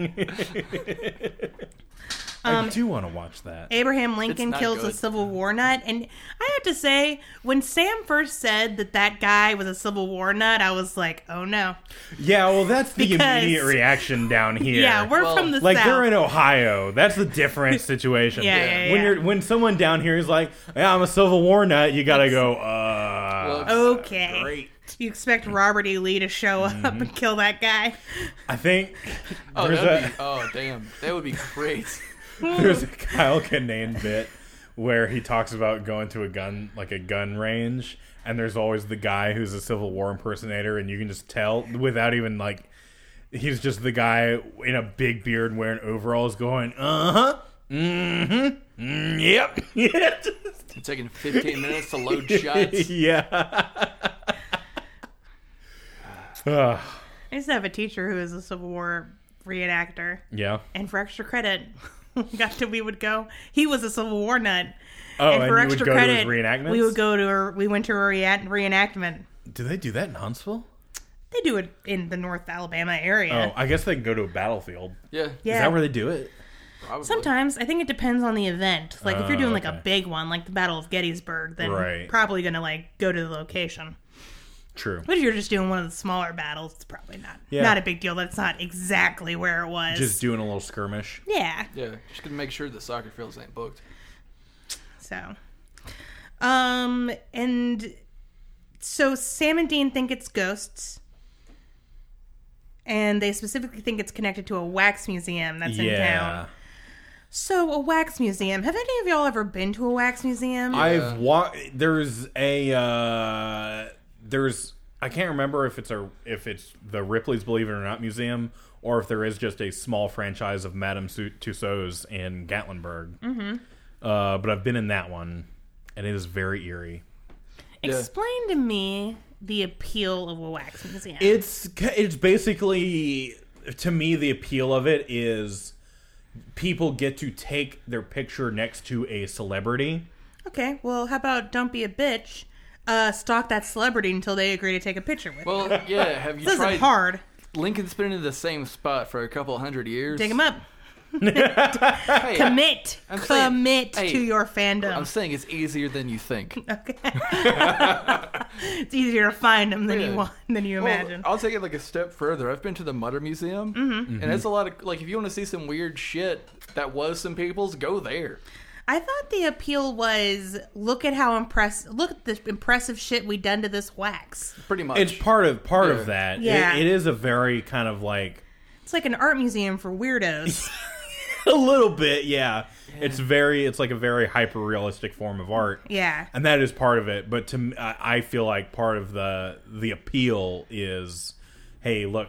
Um,
I do want to watch that.
Abraham Lincoln
not
kills a
good.
Civil War nut. And I have to say, when Sam first said that that guy was a Civil War nut, I was like, oh no.
Yeah, well, that's the
Because-
immediate reaction down here.
Yeah, we're
Well,
from the
like
South.
they're in Ohio. That's the different situation.
Yeah, yeah,
When
yeah.
you're when someone down here is like, "Yeah, I'm a Civil War nut," you gotta go. Uh,
looks
Okay.
great. Mm-hmm.
You expect Robert E. Lee to show up and kill that guy?
I think
Oh,
there's,
that'd
a,
be, oh, damn. That would be great.
there's a Kyle Kinane bit where he talks about going to a gun like a gun range, and there's always the guy who's a Civil War impersonator, and you can just tell without even like he's just the guy in a big beard and wearing overalls going, uh huh, mm hmm, mm, yep,
It's taking 15 minutes to load shots.
yeah. Ugh,
I used to have a teacher who was a Civil War reenactor,
yeah.
and for extra credit, got to we would go. He was a Civil War nut.
Oh, and, you would go to his reenactments.
we would go to a, we went to a rea- reenactment.
Do they do that in Huntsville?
They do it in the North Alabama
Oh,
area.
I guess they can go to a battlefield.
Yeah.
yeah,
Is that where they do it?
Probably.
Sometimes I think it depends on the event. Like if you're
Oh,
doing like
okay.
a big one, like the Battle of Gettysburg, then
Right.
probably gonna like go to the location.
True.
But if you're just doing one of the smaller battles, it's probably not
Yeah.
not a big deal. That's not exactly where it was.
Just doing a little skirmish.
yeah.
Yeah. Just gonna make sure the soccer fields ain't booked.
So, um, and so Sam and Dean think it's ghosts. And they specifically think it's connected to a wax museum that's in town.
Yeah.
So, a wax museum. Have any of y'all ever been to a wax museum?
I've walked. There's a. Uh, there's. I can't remember if it's a if it's the Ripley's Believe It or Not museum or if there is just a small franchise of Madame Su- Tussauds in Gatlinburg. Mm-hmm. Uh, but I've been in that one, and it is very eerie.
Yeah.
Explain to me the appeal of a wax museum.
it's it's basically to me the appeal of it is people get to take their picture next to a celebrity
okay, well, how about don't be a bitch? Uh, stalk that celebrity until they agree to take a picture with. you.
Well, yeah. Have you
this
tried?
isn't hard.
Lincoln's been in the same spot for a couple hundred years.
Dig them up.
Hey,
Commit.
I'm saying-
Commit
hey,
to your fandom.
I'm saying it's easier than you think.
it's easier to find them than
Yeah.
you want than you
Well, uh,
imagine.
I'll take it like a step further. I've been to the Mutter Museum, and it's a lot of like if you want to see some weird shit that was some people's, go there.
I thought the appeal was look at how impress look at the impressive shit we done to this wax.
Pretty much.
it's part of part
Yeah.
of that It-
Yeah.
it is a very kind of like
It's like an art museum for weirdos.
a little bit yeah, it's very it's like a very hyper realistic form of art
yeah.
and that is part of it but to m- I I feel like part of the the appeal is hey look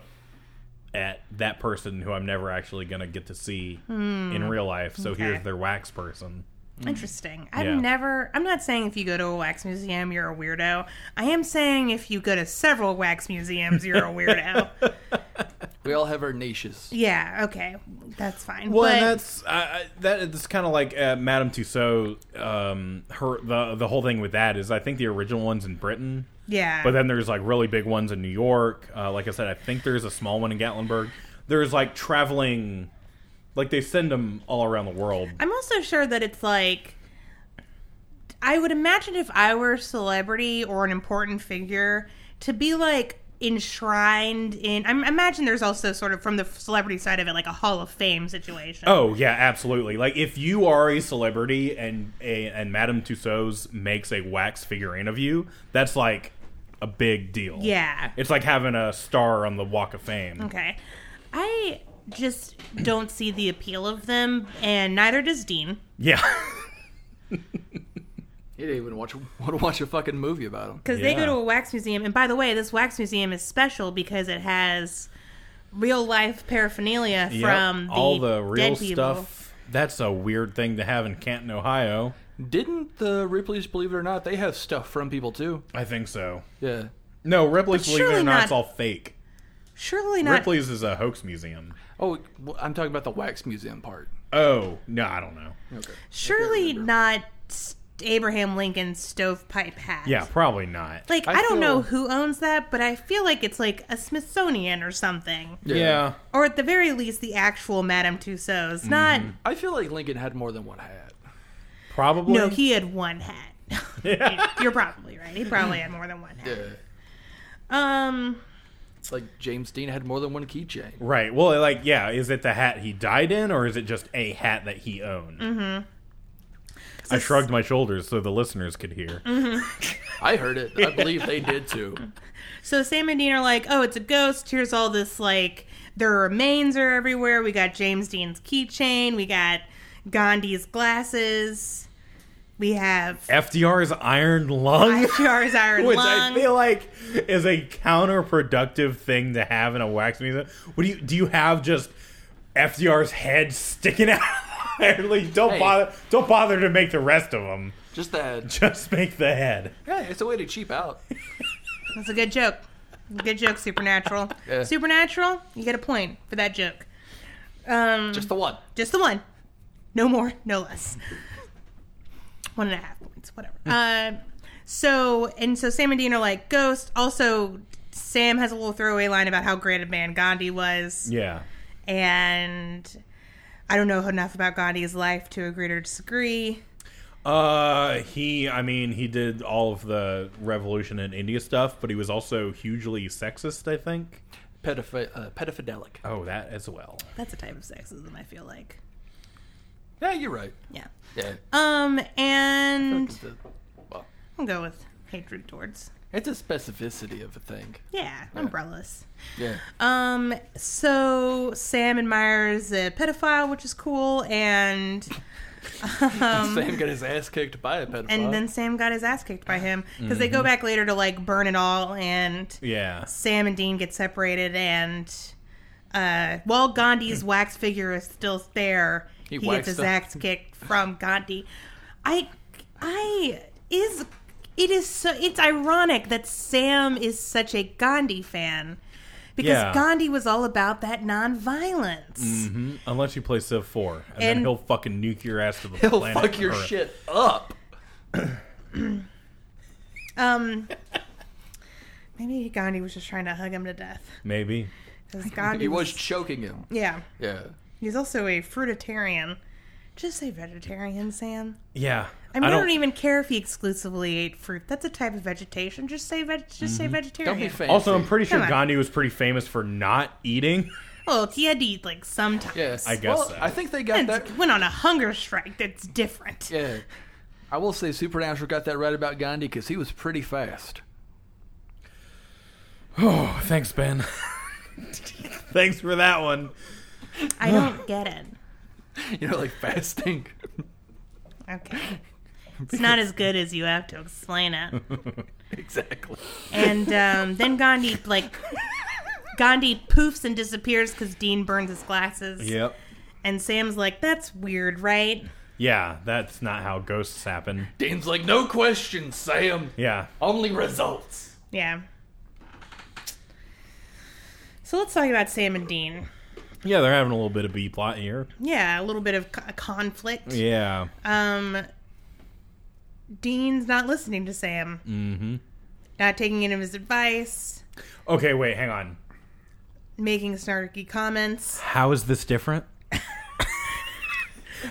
at that person who I'm never actually going to get to see in real life so
Okay.
here's their wax person
Interesting. I've
Yeah.
never I'm not saying if you go to a wax museum you're a weirdo. I am saying if you go to several wax museums you're a weirdo.
we all have our niches.
yeah, okay. That's fine.
Well,
but
and that's I I- that. It's kind of like uh, Madame Tussauds. Um, her the the whole thing with that is I think the original one's in Britain,
yeah.
but then there's like really big ones in New York. Uh, like I said, I think there's a small one in Gatlinburg. There's like traveling, like they send them all around the world.
I'm also sure that it's like I would imagine if I were a celebrity or an important figure to be like enshrined in I m- imagine there's also sort of from the celebrity side of it like a hall of fame situation.
Oh yeah, absolutely. Like if you are a celebrity and a, and Madame Tussauds makes a wax figurine of you, that's like a big deal.
Yeah.
it's like having a star on the Walk of Fame.
Okay. I just don't see the appeal of them and neither does Dean.
Yeah.
You didn't even watch want to watch a fucking movie about them.
because they go
Yeah.
to a wax museum and by the way this wax museum is special because it has real life paraphernalia
Yep,
from the
all the real
dead people.
stuff. That's a weird thing to have in Canton, Ohio.
Didn't the Ripley's Believe It or Not? They have stuff from people too.
I think so.
Yeah.
No, Ripley's
But
Believe It or
surely
Not, it's
not-
all fake.
surely not
Ripley's is a hoax museum.
Oh, well, I'm talking about the wax museum part.
Oh no, I don't know.
Okay.
surely not S- abraham lincoln's stovepipe hat
Yeah, probably not.
like
I
i, don't know
feel-
who owns that but i feel like it's like a smithsonian or something
yeah.
or at the very least the actual madame tussauds not
Mm-hmm.
I feel like Lincoln had more than one hat.
probably.
no he had one hat you're probably right he probably had more than one hat
Yeah.
um
It's like James Dean had more than one keychain.
right. Well, like, yeah, is it the hat he died in, or is it just a hat that he owned? Mm-hmm. I shrugged my shoulders so the listeners could hear.
I heard it. I believe they did too.
So Sam and Dean are like, oh, it's a ghost. Here's all this, like, their remains are everywhere. We got James Dean's keychain. We got Gandhi's glasses. We have
FDR's iron lung,
FDR's iron
which I
lung.
feel like is a counterproductive thing to have in a wax museum. What do you do? You have just FDR's head sticking out. like, don't
Hey.
bother. Don't bother to make the rest of them.
Just that.
Just make the head.
Hey, it's a way to cheap out.
That's a good joke. Good joke, Supernatural.
Yeah.
Supernatural, you get a point for that joke.
Just the one.
Just the one. No more, no less. One and a half points, whatever. uh, so, and so Sam and Dean are like, Ghost. Also, Sam has a little throwaway line about how great a man Gandhi was.
Yeah.
And I don't know enough about Gandhi's life to agree or disagree.
Uh, he. I mean, he did all of the revolution in India stuff, but he was also hugely sexist. I think.
Pedophi- uh, pedophilic.
Oh, that as well.
That's a type of sexism, I feel like.
Yeah, you're right.
Yeah.
Yeah.
Um, and
It's a, well,
I'll go with hatred towards.
it's a specificity of a thing.
Yeah, umbrellas.
Yeah.
Um, so Sam admires a pedophile, which is cool, and
Sam got his ass kicked by a pedophile.
Um, and then Sam got his ass kicked by him because they go back later to like burn it all, and
Yeah.
Sam and Dean get separated, and uh, while Gandhi's wax figure is still there, he, gets
waxed
his
up.
ass kicked from Gandhi. I, I is it is so it's ironic that Sam is such a Gandhi fan because
Yeah.
Gandhi was all about that nonviolence.
Mhm. Unless you play Civ 4, and,
And-
then he'll fucking nuke your ass to the
he'll
planet.
fuck your
Earth.
shit up.
Um, maybe Gandhi was just trying to hug him to death.
Maybe.
'Cause Gandhi
He was choking him.
yeah.
Yeah.
He's also a fruitarian. Just say vegetarian, Sam.
Yeah.
I mean, I don't, even care if he exclusively ate fruit. That's a type of vegetation. Just say veg. Just say vegetarian.
Mm-hmm. Don't be fancy.
Also, I'm pretty sure
Come on.
Gandhi was pretty famous for not eating.
Well, he had to eat like sometimes.
Yes.
I guess
Well,
so.
I think they got
And
that.
went on a hunger strike. That's different.
Yeah. I will say Supernatural got that right about Gandhi because he was pretty fast.
Oh, thanks, Ben. thanks for that one.
I don't get it.
You know, like fasting.
Okay. It's not as good as you have to explain it.
exactly.
And um, then Gandhi, like, Gandhi poofs and disappears because Dean burns his glasses.
Yep.
And Sam's like, that's weird, right?
Yeah, that's not how ghosts happen.
Dean's like, no questions, Sam.
Yeah.
Only results.
Yeah. So let's talk about Sam and Dean.
Yeah, they're having a little bit of B plot here.
Yeah, a little bit of co- conflict.
Yeah.
Um, Dean's not listening to Sam. Mm-hmm. Not taking any of his advice,
Okay, wait, hang on.
making snarky comments.
How is this different?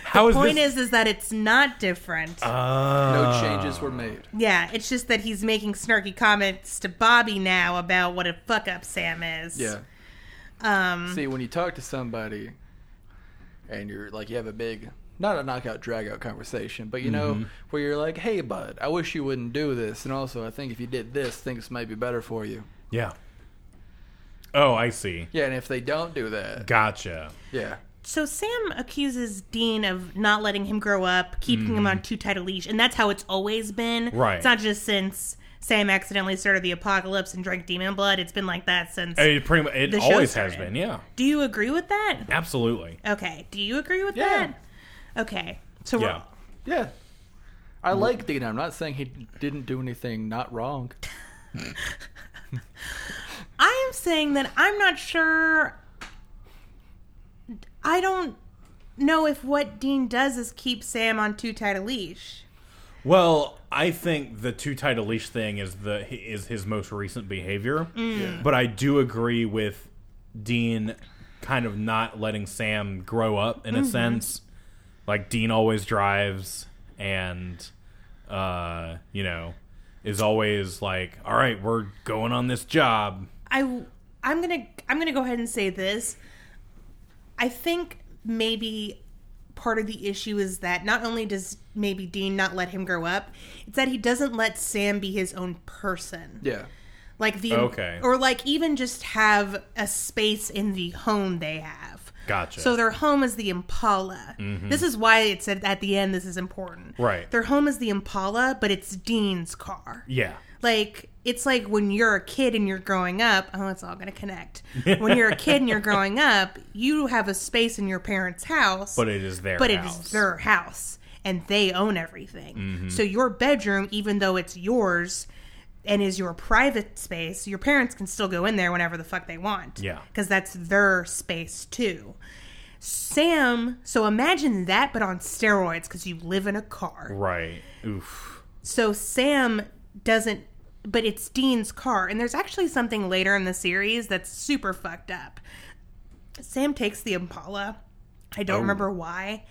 How is
Point
this?
is, is that it's not different.
No
Uh,
changes were made.
Yeah, it's just that he's making snarky comments to Bobby now about what a fuck up Sam is.
Yeah.
Um.
See, when you talk to somebody and you're like, you have a big, not a knockout, drag out conversation, but you know, where you're like, hey, bud, I wish you wouldn't do this. And also, I think if you did this, things might be better for you.
yeah. Oh, I see.
Yeah, and if they don't do that,
Gotcha.
yeah.
So Sam accuses Dean of not letting him grow up, keeping him on too tight a leash, and that's how it's always been.
Right.
It's not just since Sam accidentally started the apocalypse and drank demon blood. It's been like that since.
I mean, It pretty much, it
The show
always has
started.
been. Yeah,
Do you agree with that?
absolutely.
Okay. Do you agree with
Yeah.
that? Okay. So we're-
Yeah.
Yeah. I like Dean. I'm not saying he didn't do anything not wrong.
I am saying that I'm not sure. I don't know if what Dean does is keep Sam on too tight a leash.
Well, I think the too tight a leash thing is the is his most recent behavior. But I do agree with Dean kind of not letting Sam grow up in a sense. Like Dean always drives and uh, you know, is always like, "All right, we're going on this job."
I I'm gonna I'm gonna go ahead and say this. I think maybe part of the issue is that not only does maybe Dean not let him grow up, it's that he doesn't let Sam be his own person.
Yeah.
Like the
Oh, Okay.
or like even just have a space in the home they have.
Gotcha. Mm-hmm.
So their home is the Impala. This is why it said at the end this is important.
Right.
Their home is the Impala, but it's Dean's car.
yeah.
Like it's like when you're a kid and you're growing up, oh, it's all going to connect. when you're a kid and you're growing up, you have a space in your parents' house
But it is their
but
house. Mm-hmm.
it is their house and they own everything. So your bedroom, even though it's yours and is your private space, your parents can still go in there whenever the fuck they want.
Yeah.
Because that's their space too. Sam, so imagine that, but on steroids because you live in a car.
Right. Oof.
So Sam doesn't, but it's Dean's car. And there's actually something later in the series that's super fucked up. Sam takes the Impala. I
Oh.
don't remember why.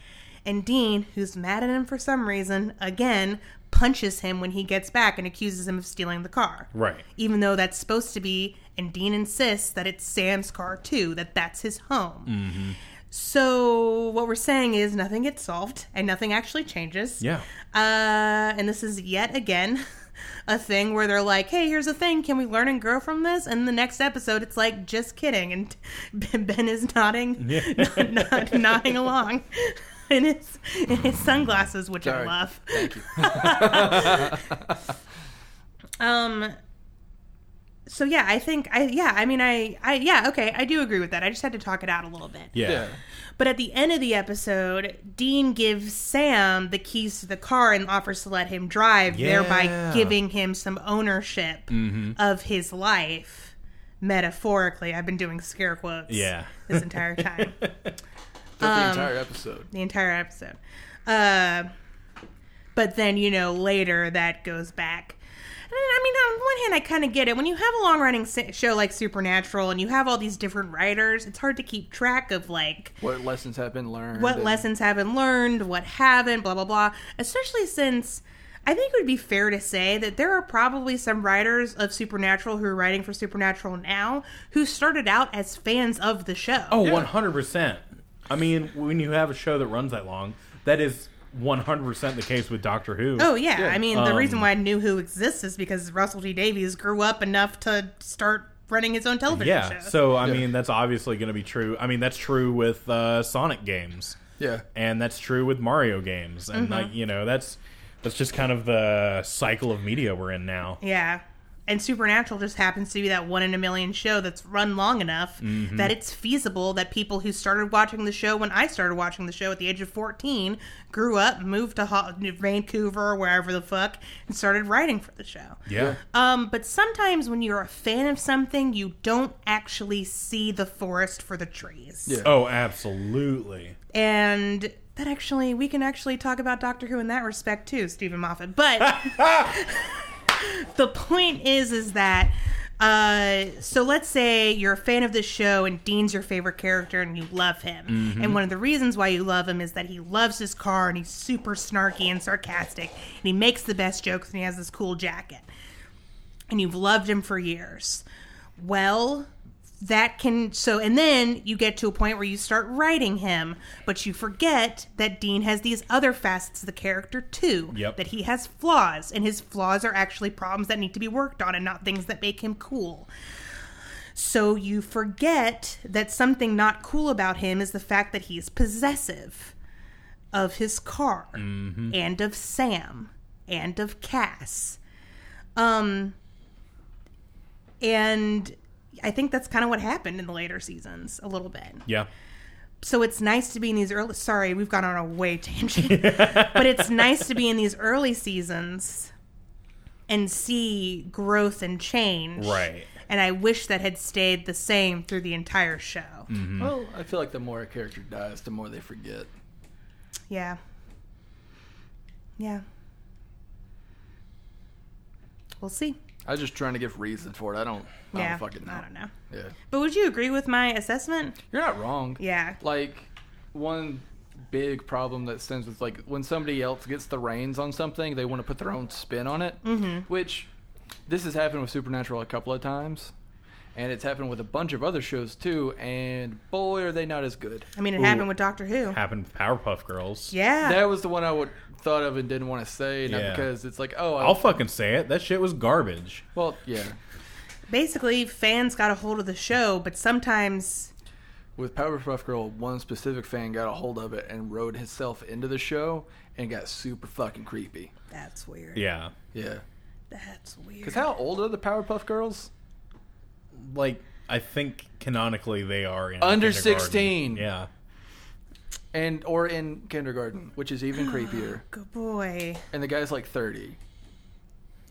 And Dean, who's mad at him for some reason, again punches him when he gets back and accuses him of stealing the car.
Right.
Even though that's supposed to be, and Dean insists that it's Sam's car too, that that's his home.
Mm-hmm.
So what we're saying is nothing gets solved and nothing actually changes.
Yeah.
Uh, and this is yet again a thing where they're like, "Hey, here's a thing. Can we learn and grow from this?" And the next episode, it's like, "Just kidding." And Ben Ben is nodding, nod- nod- nodding along in his in his sunglasses, which
Sorry.
I love.
Thank you.
Um. So yeah, I think I yeah, I mean I I yeah, okay, I do agree with that. I just had to talk it out a little bit.
Yeah.
Yeah.
But at the end of the episode, Dean gives Sam the keys to the car and offers to let him drive,
Yeah. Mm-hmm.
thereby giving him some ownership of his life. Metaphorically, I've been doing scare quotes
Yeah.
this entire time,
That's
Um,
the entire episode.
the entire episode. Uh, but then, you know, later that goes back. And I mean, on one hand, I kind of get it. When you have a long running show like Supernatural and you have all these different writers, it's hard to keep track of, like,
What lessons have been learned?
what
and-
lessons have been learned, what haven't, blah blah blah. Especially since I think it would be fair to say that there are probably some writers of Supernatural who are writing for Supernatural now who started out as fans of the show.
Oh, 100%. I mean, when you have a show that runs that long, that is 100% the case with Doctor Who.
Oh yeah, I mean the
Um,
reason why I knew who exists is because Russell T Davies grew up enough to start running his own television
yeah.
show.
So, I
Yeah.
mean, that's obviously going to be true. I mean, that's true with uh, Sonic games.
Yeah.
And that's true with Mario games. And,
Mm-hmm.
like, you know, that's. That's just kind of the cycle of media we're in now.
yeah. And Supernatural just happens to be that one in a million show that's run long enough that it's feasible that people who started watching the show when I started watching the show at the age of 14 grew up, moved to Ho- Vancouver or wherever the fuck, and started writing for the show.
Yeah.
Um, but sometimes when you're a fan of something, you don't actually see the forest for the trees.
Yeah.
Oh, absolutely.
And that actually, we can actually talk about Doctor Who in that respect too, Stephen Moffat. But the point is, is that uh, so let's say you're a fan of this show and Dean's your favorite character and you love him. And one of the reasons why you love him is that he loves his car and he's super snarky and sarcastic and he makes the best jokes and he has this cool jacket. And you've loved him for years. Well, that can so and then you get to a point where you start writing him but you forget that dean has these other facets of the character too
Yep.
that he has flaws and his flaws are actually problems that need to be worked on and not things that make him cool so you forget that something not cool about him is the fact that he's possessive of his car and of sam and of cass um and I think that's kind of what happened in the later seasons a little bit.
Yeah.
So it's nice to be in these early. Sorry, we've gone on a way tangent, but it's nice to be in these early seasons and see growth and change.
Right.
And I wish that had stayed the same through the entire show.
Mm.
Well, I feel like the more a character dies, the more they forget.
Yeah. Yeah. We'll see.
I was just trying to give reason for it. I don't.
Oh,
I
yeah.
don't fucking know.
I don't know.
Yeah.
But would you agree with my assessment?
You're not wrong.
Yeah.
Like one big problem that stems with like when somebody else gets the reins on something, they want to put their own spin on it. Mm-hmm. Which this has happened with Supernatural a couple of times, and it's happened with a bunch of other shows too. And boy, are they not as good.
I mean, it
Ooh.
happened with Doctor Who.
Happened with Powerpuff Girls.
Yeah.
That was the one I would thought of and didn't want to say, not
Yeah.
because it's like, oh, I,
I'll fucking say it. That shit was garbage.
well, yeah.
Basically, fans got a hold of the show, but sometimes
With Powerpuff Girl, one specific fan got a hold of it and rode himself into the show and got super fucking creepy.
that's weird.
Yeah.
Yeah.
That's weird.
Because how old are the Powerpuff Girls?
Like I think canonically they are in
Under
kindergarten.
16.
Yeah.
And or in kindergarten, which is even creepier.
Good boy.
And the guy's like thirty.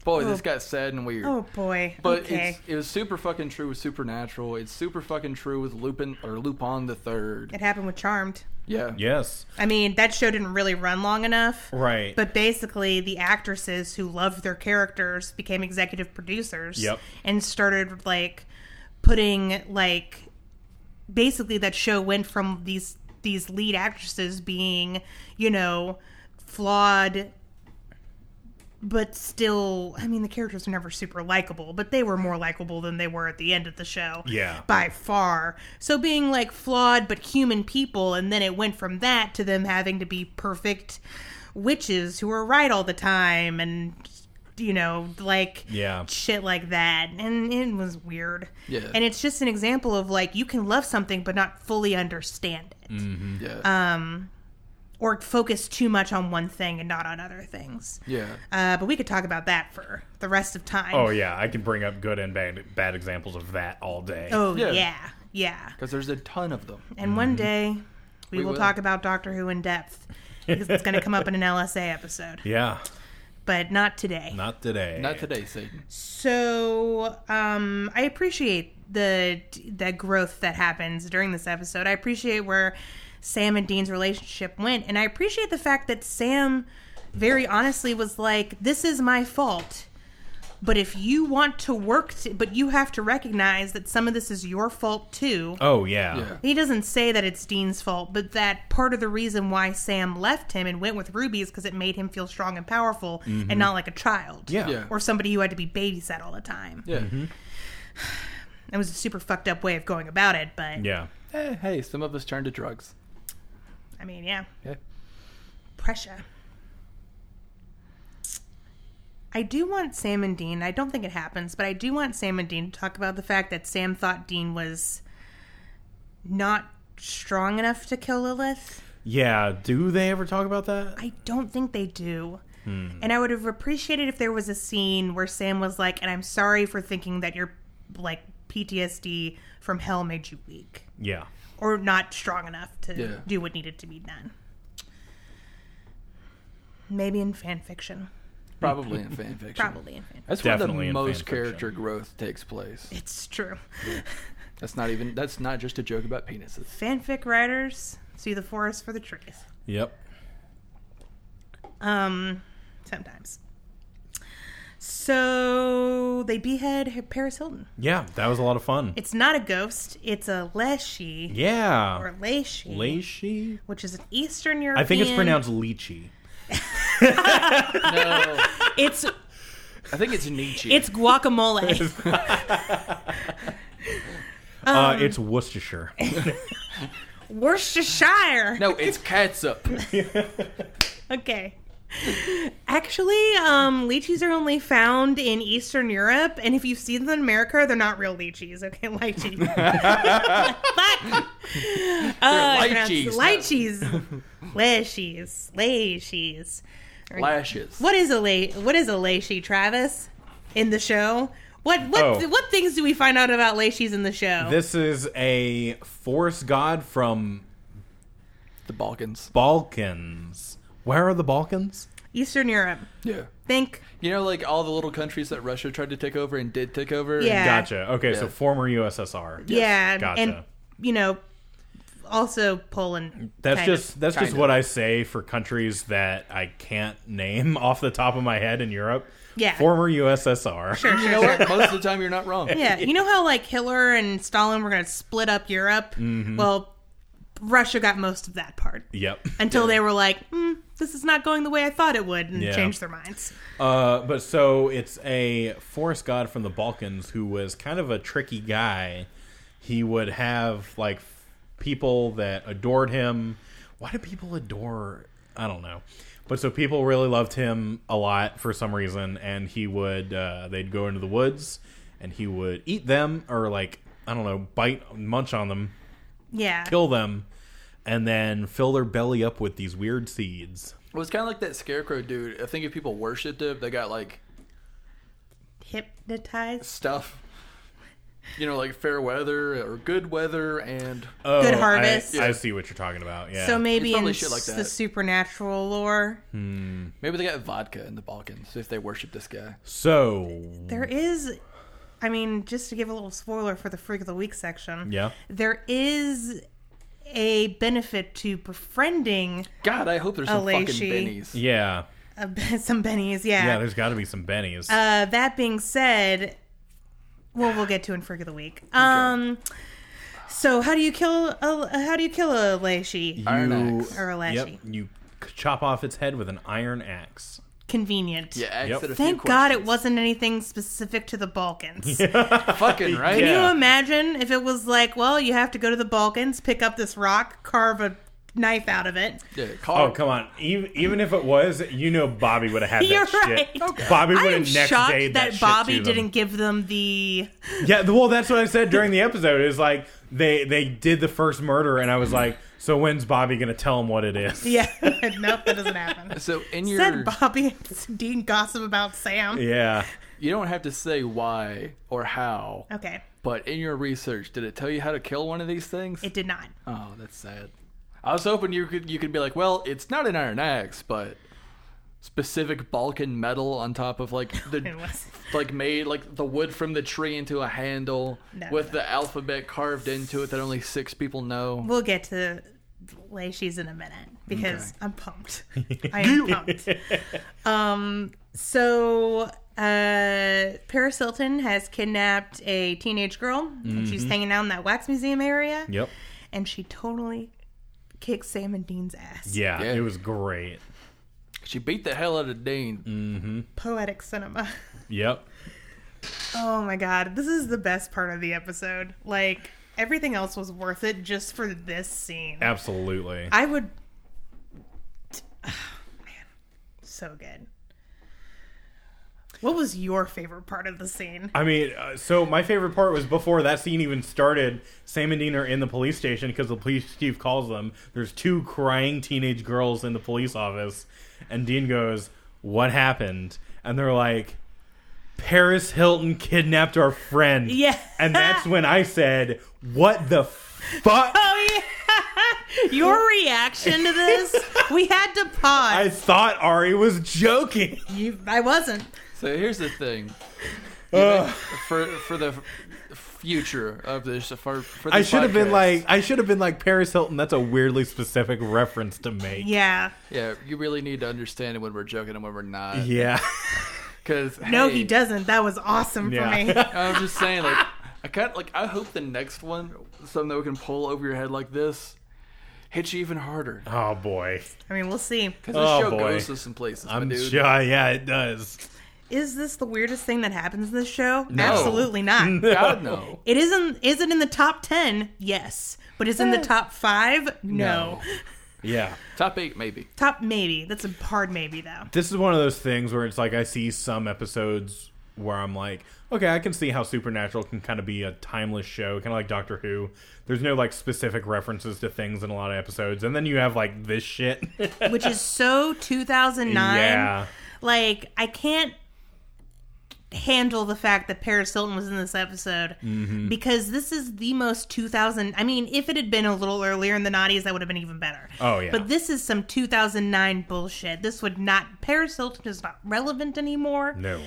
Boy, this
Oh.
got sad and weird.
Oh boy.
But
okay.
it's, it was super fucking true with Supernatural. It's super fucking true with Lupin or Lupin the Third.
It happened with Charmed.
Yeah.
Yes.
I mean, that show didn't really run long enough.
Right.
But basically, the actresses who loved their characters became executive producers
Yep.
and started like putting like basically that show went from these these lead actresses being, you know, flawed but still I mean the characters were never super likable, but they were more likable than they were at the end of the show.
Yeah.
By far. So being like flawed but human people and then it went from that to them having to be perfect witches who are right all the time and you know, like
Yeah.
shit like that. And it was weird.
Yeah.
And it's just an example of like you can love something but not fully understand it.
Mm.
Yeah.
Uh, Or focus too much on one thing and not on other things.
yeah.
Uh, but we could talk about that for the rest of time.
Oh yeah, I can bring up good and bad bad examples of that all day.
Oh,
Yeah.
yeah. Yeah.
Because there's a ton of them.
And one day we,
Mm-hmm. We
will,
will.
talk about Doctor Who in depth. Because it's going to come up in an LSA episode,
Yeah.
but not today.
Not today.
Not today, Satan.
So um, I appreciate the the growth that happens during this episode. I appreciate where Sam and Dean's relationship went, and I appreciate the fact that Sam very honestly was like, "This is my fault." But if you want to work, t- but you have to recognize that some of this is your fault too.
Oh yeah.
Yeah.
He doesn't say that it's Dean's fault, but that part of the reason why Sam left him and went with Ruby is because it made him feel strong and powerful and not like a child.
Mm-hmm. Yeah.
Yeah.
Or somebody who had to be babysat all the time.
Yeah.
It was a super fucked up way of going about it, but
Yeah.
Hey, Eh, hey, some of us turn to drugs.
I mean, yeah,
Yeah.
pressure. I do want Sam and Dean, I don't think it happens, but I do want Sam and Dean to talk about the fact that Sam thought Dean was not strong enough to kill Lilith.
Yeah. Do they ever talk about that?
I don't think they do. And I would have appreciated if there was a scene where Sam was like, "And I'm sorry for thinking that your like PTSD from hell made you weak
Yeah.
or not strong enough to
Yeah.
do what needed to be done." Maybe in fan fiction.
Probably in fan fiction.
Probably in fan.
That's
Definitely
where
in
the
fan
most
fiction.
character growth takes place.
It's true.
That's not even. That's not just a joke about penises.
Fanfic writers see the forest for the trees.
Yep.
Um, sometimes. So they behead Paris Hilton.
Yeah. That was a lot of fun.
It's not a ghost. It's a leshy. or
Yeah.
Leishi,
Leishy.
which is an Eastern European.
I think it's pronounced lychee.
No,
It's
I think it's Nietzsche.
it's guacamole.
uh,
um,
it's Worcestershire.
Worcestershire.
no, it's catsup.
Okay. Actually, um, lychees are only found in Eastern Europe, and if you see them in America, they're not real lychees. Okay, lychee. Fuck. Uh,
They're
pronounced
lychees.
Lychees. Leshies. Leshies.
Lashes.
What is a la- what is a Lacey Travis in the show? What what
Oh.
what things do we find out about Lacey's in the show?
This is a forest god from
The Balkans.
Balkans. Where are the Balkans?
Eastern Europe.
Yeah.
Think
You know, like all the little countries that Russia tried to take over and did take over.
Yeah.
Gotcha. Okay, so
Yeah.
former USSR.
yeah,
Gotcha.
and you know, also Poland.
That's
kind
just
of.
that's just
Kinda.
what I say for countries that I can't name off the top of my head in Europe.
Yeah.
Former USSR.
Sure,
And
sure,
you know
sure.
what? Most of the time, you're not wrong.
Yeah, you know how like Hitler and Stalin were going to split up
Mm-hmm.
Europe. Well, Russia got most of that part
Yep.
until they were like, mm, this is not going the way I thought it would, and
Yeah.
change their minds.
Uh, but so it's a forest god from the Balkans who was kind of a tricky guy. He would have like f- people that adored him. Why do people adore? I don't know. But so people really loved him a lot for some reason, and he would uh, they'd go into the woods and he would eat them or like I don't know bite munch on them,
Yeah,
kill them, and then fill their belly up with these weird seeds.
It was kind of like that scarecrow dude. I think if people worshipped him, they got like
hypnotized,
stuff. You know, like fair weather or good weather, and
Oh,
Good
I-
harvest.
I, see what you're talking about. Yeah. Hmm.
so maybe
It's
in
probably shit like
s- the
that.
supernatural lore,
maybe they got vodka in the Balkans if they worshipped this guy.
So
there is. I mean, just to give a little spoiler for the freak of the week section,
yeah,
there is a benefit to befriending
God, I hope there's some fucking
Alashi.
bennies.
yeah,
a, some bennies.
yeah. There's got to be some bennies.
Uh, that being said, well, we'll get to in freak of the week. Um, so how do you kill a how do you kill a Laishi?
Iron
you,
axe.
Or a lashi.
Yep, you c- chop off its head with an iron axe.
Convenient.
Yeah, asked
Yep.
it a few
Thank God it
questions.
wasn't anything specific to the Balkans.
fucking right.
Yeah.
Can you imagine if it was like, well, you have to go to the Balkans, pick up this rock, carve a knife out of it.
Yeah,
Oh
Carl,
come on! Even, even if it was, you know Bobby would have had
You're
that
right.
shit. Bobby
I
would
am
have next
shocked
day
that,
that, shit
Bobby
to them.
didn't give them the
Yeah, well, that's what I said during the episode. Is like they they did the first murder, and I was like, so when's Bobby gonna tell him what it is?
yeah. no, that doesn't happen.
So in your
Said Bobby and Dean gossip about Sam.
Yeah.
you don't have to say why or how,
Okay,
but in your research, did it tell you how to kill one of these things?
it did not.
oh, that's sad. I was hoping you could you could be like, well, it's not an iron axe, but specific Balkan metal on top of like
It
the
was.
like made like the wood from the tree into a handle
No,
with
no.
the alphabet carved into it that only six people know.
We'll get to Lacey's in a minute because I'm pumped. I am pumped. Um, so uh, Paris Hilton has kidnapped a teenage girl, and she's hanging out in that wax museum area,
Yep.
and she totally kicks Sam and Dean's ass.
Yeah,
Yeah.
it was great.
She beat the hell out of Dane.
Mm.
Poetic cinema.
Yep.
Oh my god, this is the best part of the episode. Like everything else was worth it just for this scene.
Absolutely.
I would. Man, so good. What was your favorite part of the scene?
I mean, uh, so my favorite part was before that scene even started. Sam and Dean are in the police station because the police chief calls them. There's two crying teenage girls in the police office, and Dean goes, "What happened?" And they're like, "Paris Hilton kidnapped our friend."
Yeah.
and that's when I said, "What the fuck?"
Oh yeah, your reaction to this. We had to
I
pause.
thought Ari was joking.
I, you, I wasn't.
So here's the thing. for for the future of this, for, for this
I should have been
podcast.
like, I should have been like Paris Hilton. That's a weirdly specific reference to make.
Yeah.
yeah, you really need to understand when we're joking and when we're not.
Yeah.
Because
No, he doesn't. That was awesome
Yeah.
for me.
I'm just saying, like, I kind of like. I hope the next one, something that we can pull over your head like this, hits you even harder.
Oh boy.
I mean, we'll see.
Because
Oh,
this show
boy.
goes to some places, my
I'm
dude.
sure. Yeah, it does.
Is this the weirdest thing that happens in this show? Absolutely not.
God no.
It isn't. Is it in the top ten? Yes, but is it in the top five? no.
Yeah.
Top eight, maybe.
Top maybe. That's a hard maybe though.
This is one of those things where it's like I see some episodes where I'm like, okay, I can see how Supernatural can kind of be a timeless show, kind of like Doctor Who. There's no like specific references to things in a lot of episodes, and then you have like this shit.
Which is so 2009.
yeah.
Like I can't handle the fact that Paris Hilton was in this episode
Mm-hmm.
because this is the most 2000 I mean if it had been a little earlier in the 90s that would have been even better.
Oh, yeah.
But this is some 2009 bullshit. This would not Paris Hilton is not relevant anymore.
No.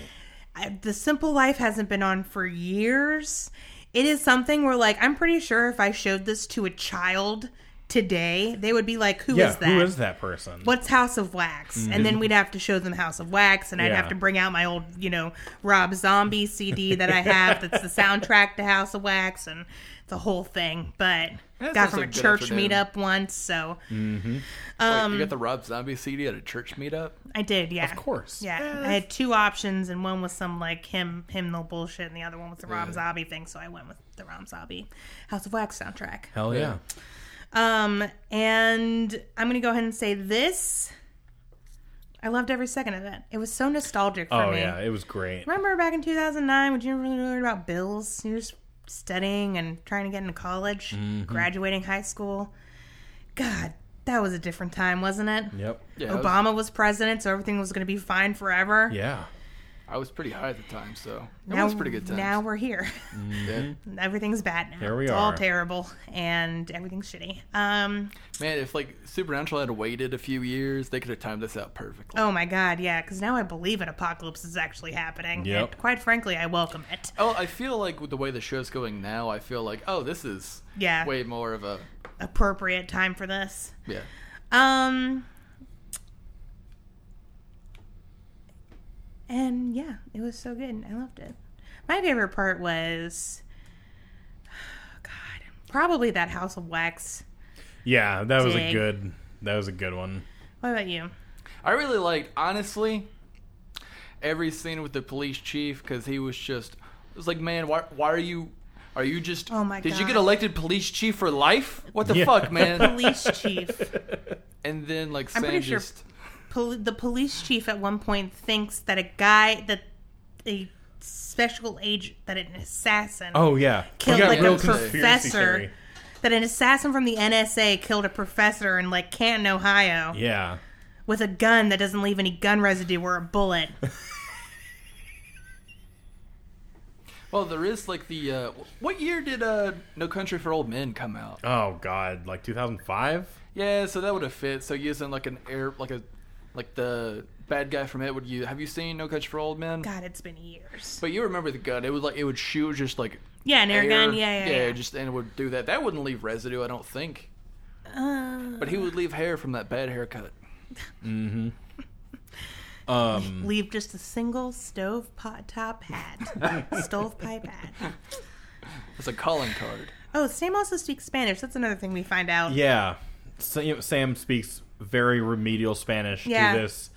I- the simple life hasn't been on for years it is something where like i'm pretty sure if i showed this to a child today, they would be like, "Who is
yeah,
that?
who is that person?
What's House of Wax?" And then we'd have to show them House of Wax, and I'd
Yeah.
have to bring out my old, you know, Rob Zombie CD that I have that's the soundtrack to House of Wax, and the whole thing. But
That sounds
got from a
like a good
church
afternoon.
meetup once, so
Wait, you
Um,
got the Rob Zombie CD at a church meetup?
I did. Yeah,
Of course.
Yeah, I had two options, and one was some like him hymnal bullshit, and the other one was the Rom
Yeah.
Zombie thing. So I went with the Rom Zombie House of Wax soundtrack.
Hell yeah.
Um, and I'm gonna go ahead and say this. I loved every second of it. It was so nostalgic for
Oh
me.
yeah, it was great.
Remember back in 2009 when you were really worried about bills? You're just studying and trying to get into college,
Mm-hmm.
graduating high school. God, that was a different time, wasn't it?
Yep.
Yeah, I was,
Obama was president, so everything was going to be fine forever.
Yeah.
I was pretty high at the time, so it was pretty good times. Mm.
Now we're here.
Mm-hmm.
Yeah.
Everything's bad now.
Here we
it's all
are.
terrible and everything's shitty. Um,
Man, if like Supernatural had waited a few years, they could have timed this out perfectly.
oh my god, yeah, because now I believe an apocalypse is actually happening.
Yep.
And quite frankly, I welcome it.
Oh, I feel like with the way the show's going now, I feel like oh, this is
Yeah.
way more of a
Appropriate time for this.
yeah.
Um, and yeah, it was so good. I loved it. My favorite part was, God, probably that House of Wax.
Yeah, that was a
Dig.
good that was a good one.
What about you?
I really liked honestly every scene with the police chief because he was just it was like man, why why are you are you just
Oh my
did you
God.
get elected police chief for life? What the
Yeah.
fuck, man?
Police chief.
and then like
I'm
Sam
pretty sure-
just
pol- the police chief at one point thinks that a guy that a special agent that an assassin
Oh yeah.
killed
We got
like
real
a
conspiracy
professor
theory.
that an assassin from the NSA killed a professor in like Canton, Ohio
Yeah.
with a gun that doesn't leave any gun residue or a bullet.
well, there is like the uh, what year did uh, No Country for Old Men come out?
Oh god, like 2005?
Yeah, so that would have fit. So using like an air, like a, like the bad guy from it would you have you seen No Country for Old Men?
God, it's been years.
But you remember the gun? It was like it would shoot just like
Yeah, an air, gun. Yeah, yeah. yeah.
just and it would do that. That wouldn't leave residue, I don't think.
Uh,
But he would leave hair from that bad haircut.
Um
leave just a single stove pot top hat, stovepipe hat.
It's a calling card.
Oh, Sam also speaks Spanish. That's another thing we find out.
yeah. Sam, Sam speaks very remedial Spanish
Yeah.
to this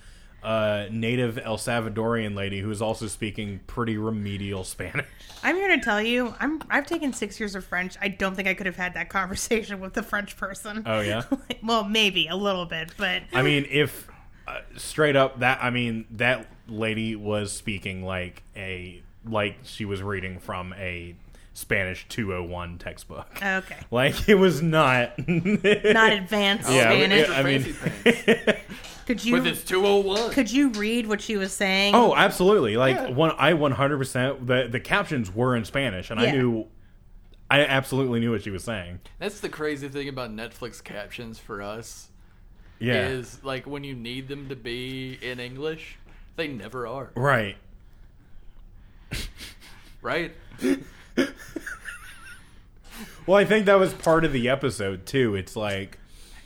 uh, native El Salvadorian lady who is also speaking pretty remedial Spanish.
I'm here to tell you, I'm I've taken six years of French. I don't think I could have had that conversation with a French person.
Oh, yeah?
well, maybe a little bit, but
I mean, if uh, straight up that I mean that lady was speaking like a like she was reading from a Spanish 201 textbook.
okay,
Like it was not
not advanced
Yeah, we-
Spanish.
yeah, I mean-
could
with oh
you
its 201.
could you read what she was saying?
Oh, absolutely. Like
Yeah.
one I 100% the the captions were in Spanish and I
Yeah.
knew I absolutely knew what she was saying.
That's the crazy thing about Netflix captions for us
Yeah.
is like when you need them to be in English, they never are.
Right.
Right?
Well, I think that was part of the episode too. It's like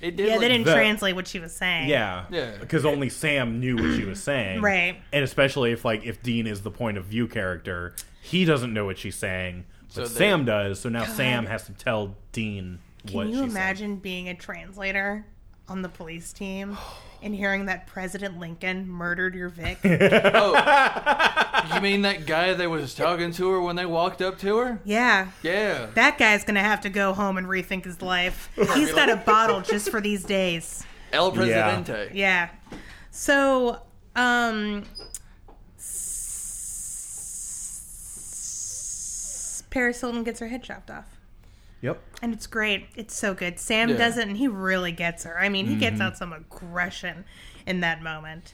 It did.
yeah,
like,
they didn't
the-
translate what she was saying.
yeah,
Yeah.
because only Sam knew what she was saying,
Right.
And especially if like if Dean is the point of view character, he doesn't know what she's saying,
So
but
they-
Sam does. So now Sam has to tell Dean what
Can you
she's
imagine being a translator on the police team and hearing that President Lincoln murdered your Vic?
Oh, you mean that guy that was talking to her when they walked up to her?
yeah.
Yeah.
That guy's gonna have to go home and rethink his life. He's got a bottle just for these days.
El Presidente.
Yeah. So, um, s- Paris Hilton gets her head chopped off.
saying. Yep.
And it's great. It's so good. Sam
Yeah.
doesn't, and he really gets her. I mean, he gets out some aggression in that moment.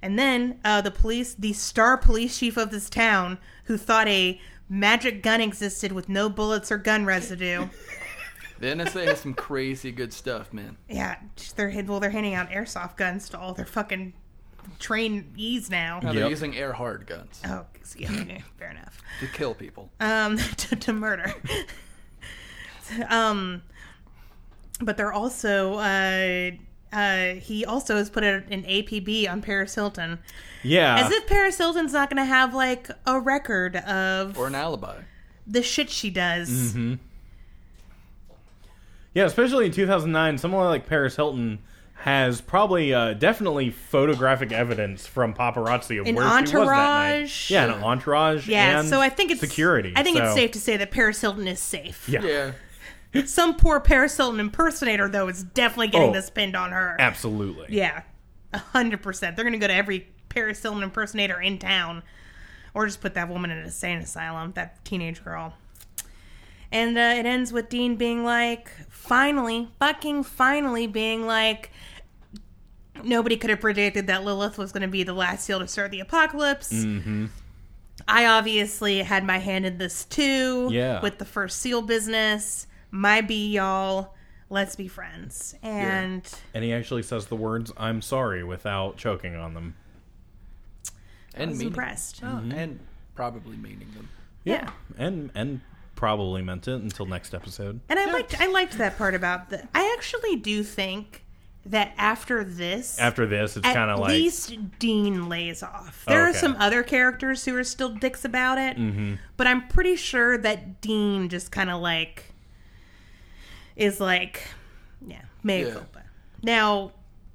And then uh, the police, the star police chief of this town, who thought a magic gun existed with no bullets or gun residue.
The NSA has some crazy good stuff, man.
Yeah, they're hand- well, they're handing out airsoft guns to all their fucking trainees now.
Now they're
Yep.
using air hard guns
Oh, excuse me. Fair enough.
to kill people.
Um, to, to murder. um, but they're also uh, uh, he also has put a, an APB on Paris Hilton,
Yeah.
as if Paris Hilton's not going to have like a record of
or an alibi.
the shit she does.
Mm-hmm. yeah, especially in 2009, someone like Paris Hilton has probably uh, definitely photographic evidence from paparazzi of
An
where she was that night.
entourage.
Yeah, an entourage.
Yeah,
and
so I think it's
security.
I think it's
so-
safe to say that Paris Hilton is safe.
Yeah,
Yeah.
Some poor Paris Hilton impersonator though is definitely getting
Oh.
this pinned on her.
absolutely.
Yeah, a hundred percent. They're gonna go to every Paris Hilton impersonator in town, or just put that woman in an insane asylum. That teenage girl. And uh, it ends with Dean being like, finally, fucking finally, being like, nobody could have predicted that Lilith was going to be the last seal to start the apocalypse. I obviously had my hand in this too.
Yeah.
With the first seal business, my be y'all, let's be friends. And.
And he actually says the words "I'm sorry" without choking on them.
And
was
meaning.
impressed.
Oh, And probably meaning them.
Yeah.
and and probably meant it until next episode.
And I liked I liked that part about the I actually do think that after this
After this, it's
at
kind of like
least Dean lays off. There
Okay. Mm-hmm.
are some other characters who are still dicks about it, but I'm pretty sure that Dean just kind of like is like, yeah, mea
Yeah.
culpa. Now,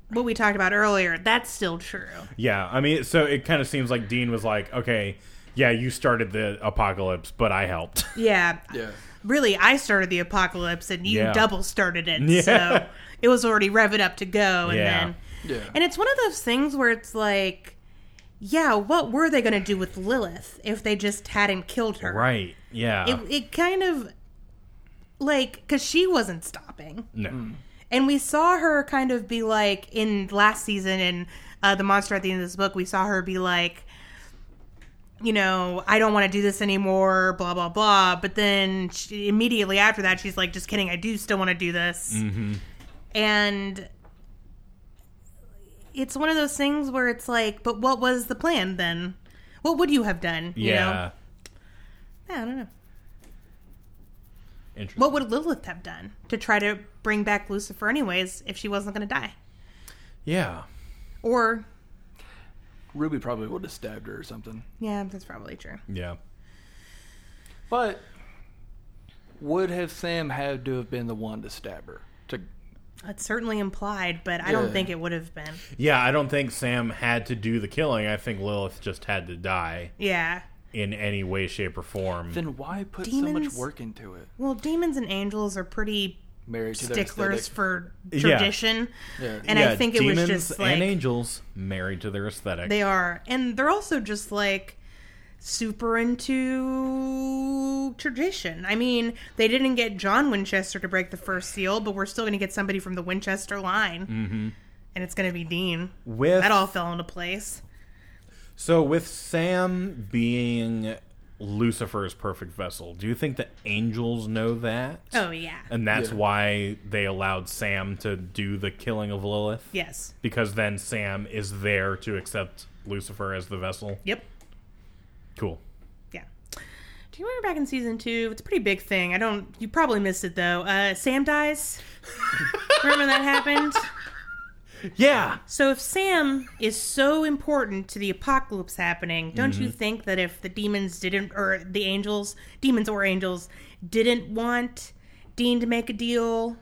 what we talked about earlier, that's still true.
yeah. I mean, so it kind of seems like Dean was like, "Okay, yeah, you started the apocalypse, but I helped."
Yeah,
Yeah.
really I started the apocalypse and you
Yeah.
double started it.
Yeah.
So it was already revved up to go and
Yeah.
then
Yeah.
And it's one of those things where it's like yeah, what were they going to do with Lilith if they just hadn't killed her?
right? Yeah.
It it kind of like cuz she wasn't stopping.
no.
And we saw her kind of be like in last season in uh, the monster at the end of this book. We saw her be like, you know, I don't want to do this anymore, blah blah blah. But then she, immediately after that, she's like, just kidding, I do still want to do this. And it's one of those things where it's like, but what was the plan then? What would you have done? You
yeah.
know? Yeah, I don't know.
Interesting.
What would Lilith have done to try to bring back Lucifer, anyways, if she wasn't going to die?
yeah.
Or
Ruby probably would have stabbed her or something.
Yeah, that's probably true.
Yeah.
But would have Sam had to have been the one to stab her? To
It's certainly implied, but I don't
Yeah.
think it would have been.
Yeah, I don't think Sam had to do the killing. I think Lilith just had to die
Yeah.
in any way, shape, or form.
then why put so much
Demons?
work into it?
Well, demons and angels are pretty
Married to their
sticklers
aesthetic.
for
Yeah.
tradition.
Yeah.
And
yeah,
I think it
demons
was just like
and angels married to their aesthetic.
they are and they're also just like super into tradition. I mean, they didn't get John Winchester to break the first seal, but we're still going to get somebody from the Winchester line. Mm-hmm. And it's going to be Dean.
with
That all fell into place.
so with Sam being Lucifer's perfect vessel, do you think the angels know that?
Oh yeah.
And that's
Yeah.
why they allowed Sam to do the killing of Lilith?
Yes.
Because then Sam is there to accept Lucifer as the vessel.
Yep.
Cool.
Yeah. Do you remember back in season two? It's a pretty big thing. I don't. You probably missed it though. Uh, Sam dies. remember when that happened?
Yeah.
So if Sam is so important to the apocalypse happening, don't you
Mm-hmm.
think that if the demons didn't, or the angels, demons or angels, didn't want Dean to make a deal,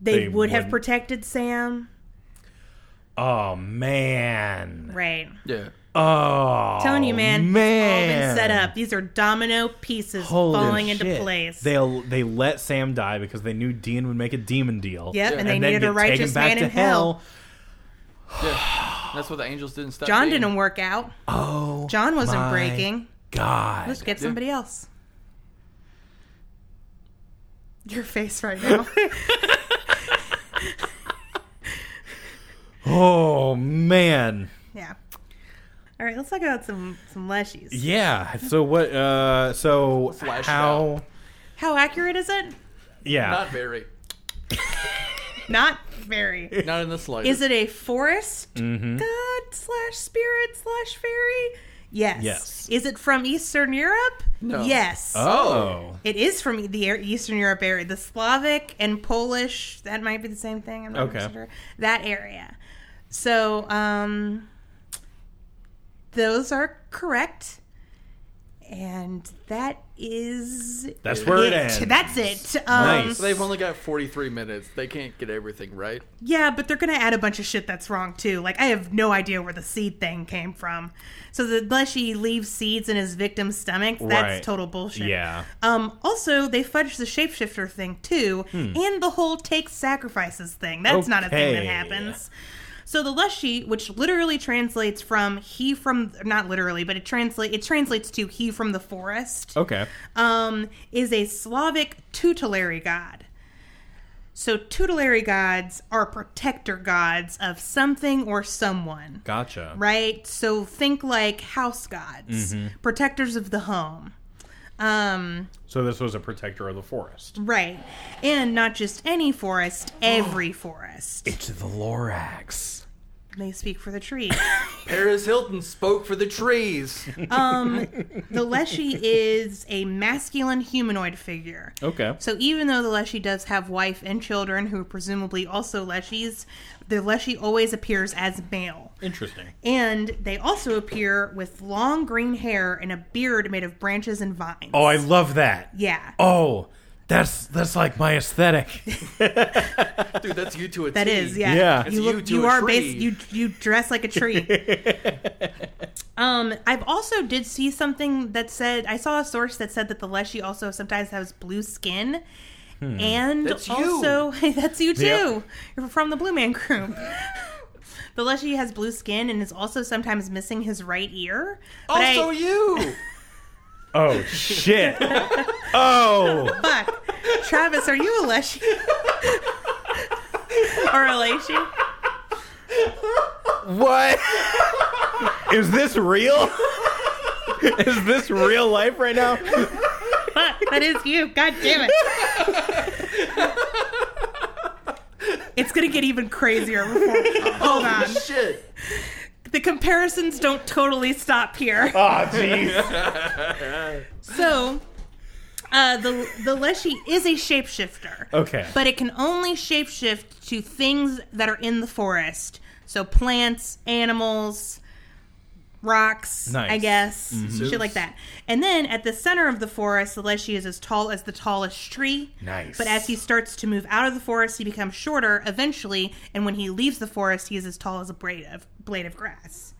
they,
They
would have
wouldn't.
protected Sam?
Oh man.
Right.
Yeah.
Oh,
Telling you, man, it's all
man.
been set up. These are domino pieces
Holy
falling into
shit.
place.
They they let Sam die because they knew Dean would make a demon deal.
Yep, and they
then
needed
get
a righteous
taken back
man
to
in hell.
Yeah. That's what the angels didn't stop.
John
being.
didn't work out.
Oh,
John wasn't
my
breaking.
God,
Let's get somebody else. Your face right now.
oh man,
yeah. All right, let's talk about some some leshies.
yeah. So what? Uh, so
Flash
how?
How accurate is it?
Yeah,
Not very.
Not very.
Not in the slightest.
Mm-hmm.
Is it a forest god slash spirit slash fairy? Yes.
Yes.
Is it from Eastern Europe?
No.
Yes.
Oh.
It is from the Air- Eastern Europe area, the Slavic and Polish. That might be the same thing. I'm not
Okay.
sure. That area. So um, those are correct, and that is
That's where it ends.
That's it. Um,
Nice.
They've only got 43 minutes. They can't get everything right.
Yeah, but they're gonna add a bunch of shit that's wrong too. Like I have no idea where the seed thing came from. So the, unless she leaves seeds in his victim's stomach, that's
Right.
total bullshit.
Yeah.
Um. Also, they fudged the shapeshifter thing too, and the whole take sacrifices thing. That's not a thing that
Okay.
happens. So the Lushi, which literally translates from he from not literally, but it translate it translates to he from the forest
Okay.
um, is a Slavic tutelary god. So, tutelary gods are protector gods of something or someone,
Gotcha.
right? So, think like house gods, protectors of the home. Um,
So this was a protector of the forest.
right. And not just any forest, every forest.
It's the Lorax.
They speak for the trees.
Paris Hilton spoke for the trees.
the Leshy is a masculine humanoid figure.
Okay.
So even though the Leshy does have wife and children who are presumably also Leshies, the Leshy always appears as male.
Interesting.
And they also appear with long green hair and a beard made of branches and vines.
Oh, I love that.
yeah.
Oh, that's that's like my aesthetic.
Dude, that's you to a
That
T.
is, yeah.
Yeah. It's
You
you
look,
to
you
a
are
tree.
based. You you dress like a tree. um, I've also did see something that said I saw a source that said that the Leshy also sometimes has blue skin. And
That's you.
also, that's you too.
Hmm. Yep.
You're from the Blue Man Group. the Leshy has blue skin and is also sometimes missing his right ear. But I-
Also you.
Oh shit. oh.
Fuck. Travis, are you a leshy? or a leshy?
What? Is this real? Is this real life right now?
Fuck, that is you. God damn it. it's going to get even crazier before. Hold on.
Shit.
The comparisons don't totally stop here.
Oh jeez.
So, uh, the, the Leshy is a shapeshifter.
Okay.
But it can only shapeshift to things that are in the forest. So, plants, animals, rocks, I
Nice. Mm-hmm.
guess, shit like that. And then at the center of the forest, the Leshy is as tall as the tallest tree.
Nice.
But as he starts to move out of the forest, he becomes shorter eventually. And when he leaves the forest, he is as tall as a blade of, blade of grass.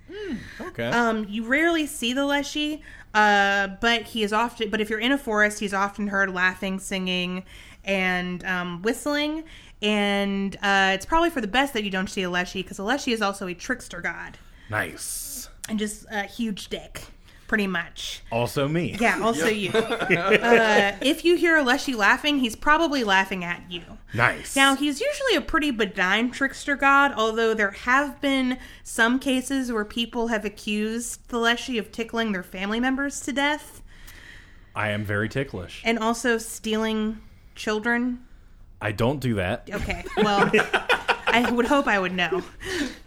Okay.
Um, you rarely see the Leshy, uh, but he is often. But if you're in a forest, he's often heard laughing, singing, and um, whistling. And uh, it's probably for the best that you don't see a Leshy because a Leshy is also a trickster god
nice.
and just a huge dick, pretty much.
Also me.
Yeah. Also you. uh, if you hear a Leshy laughing, he's probably laughing at you.
Nice.
Now, he's usually a pretty benign trickster god, although there have been some cases where people have accused the Leshy of tickling their family members to death
I am very ticklish.
and also stealing children.
I don't do that.
Okay, well, I would hope I would know.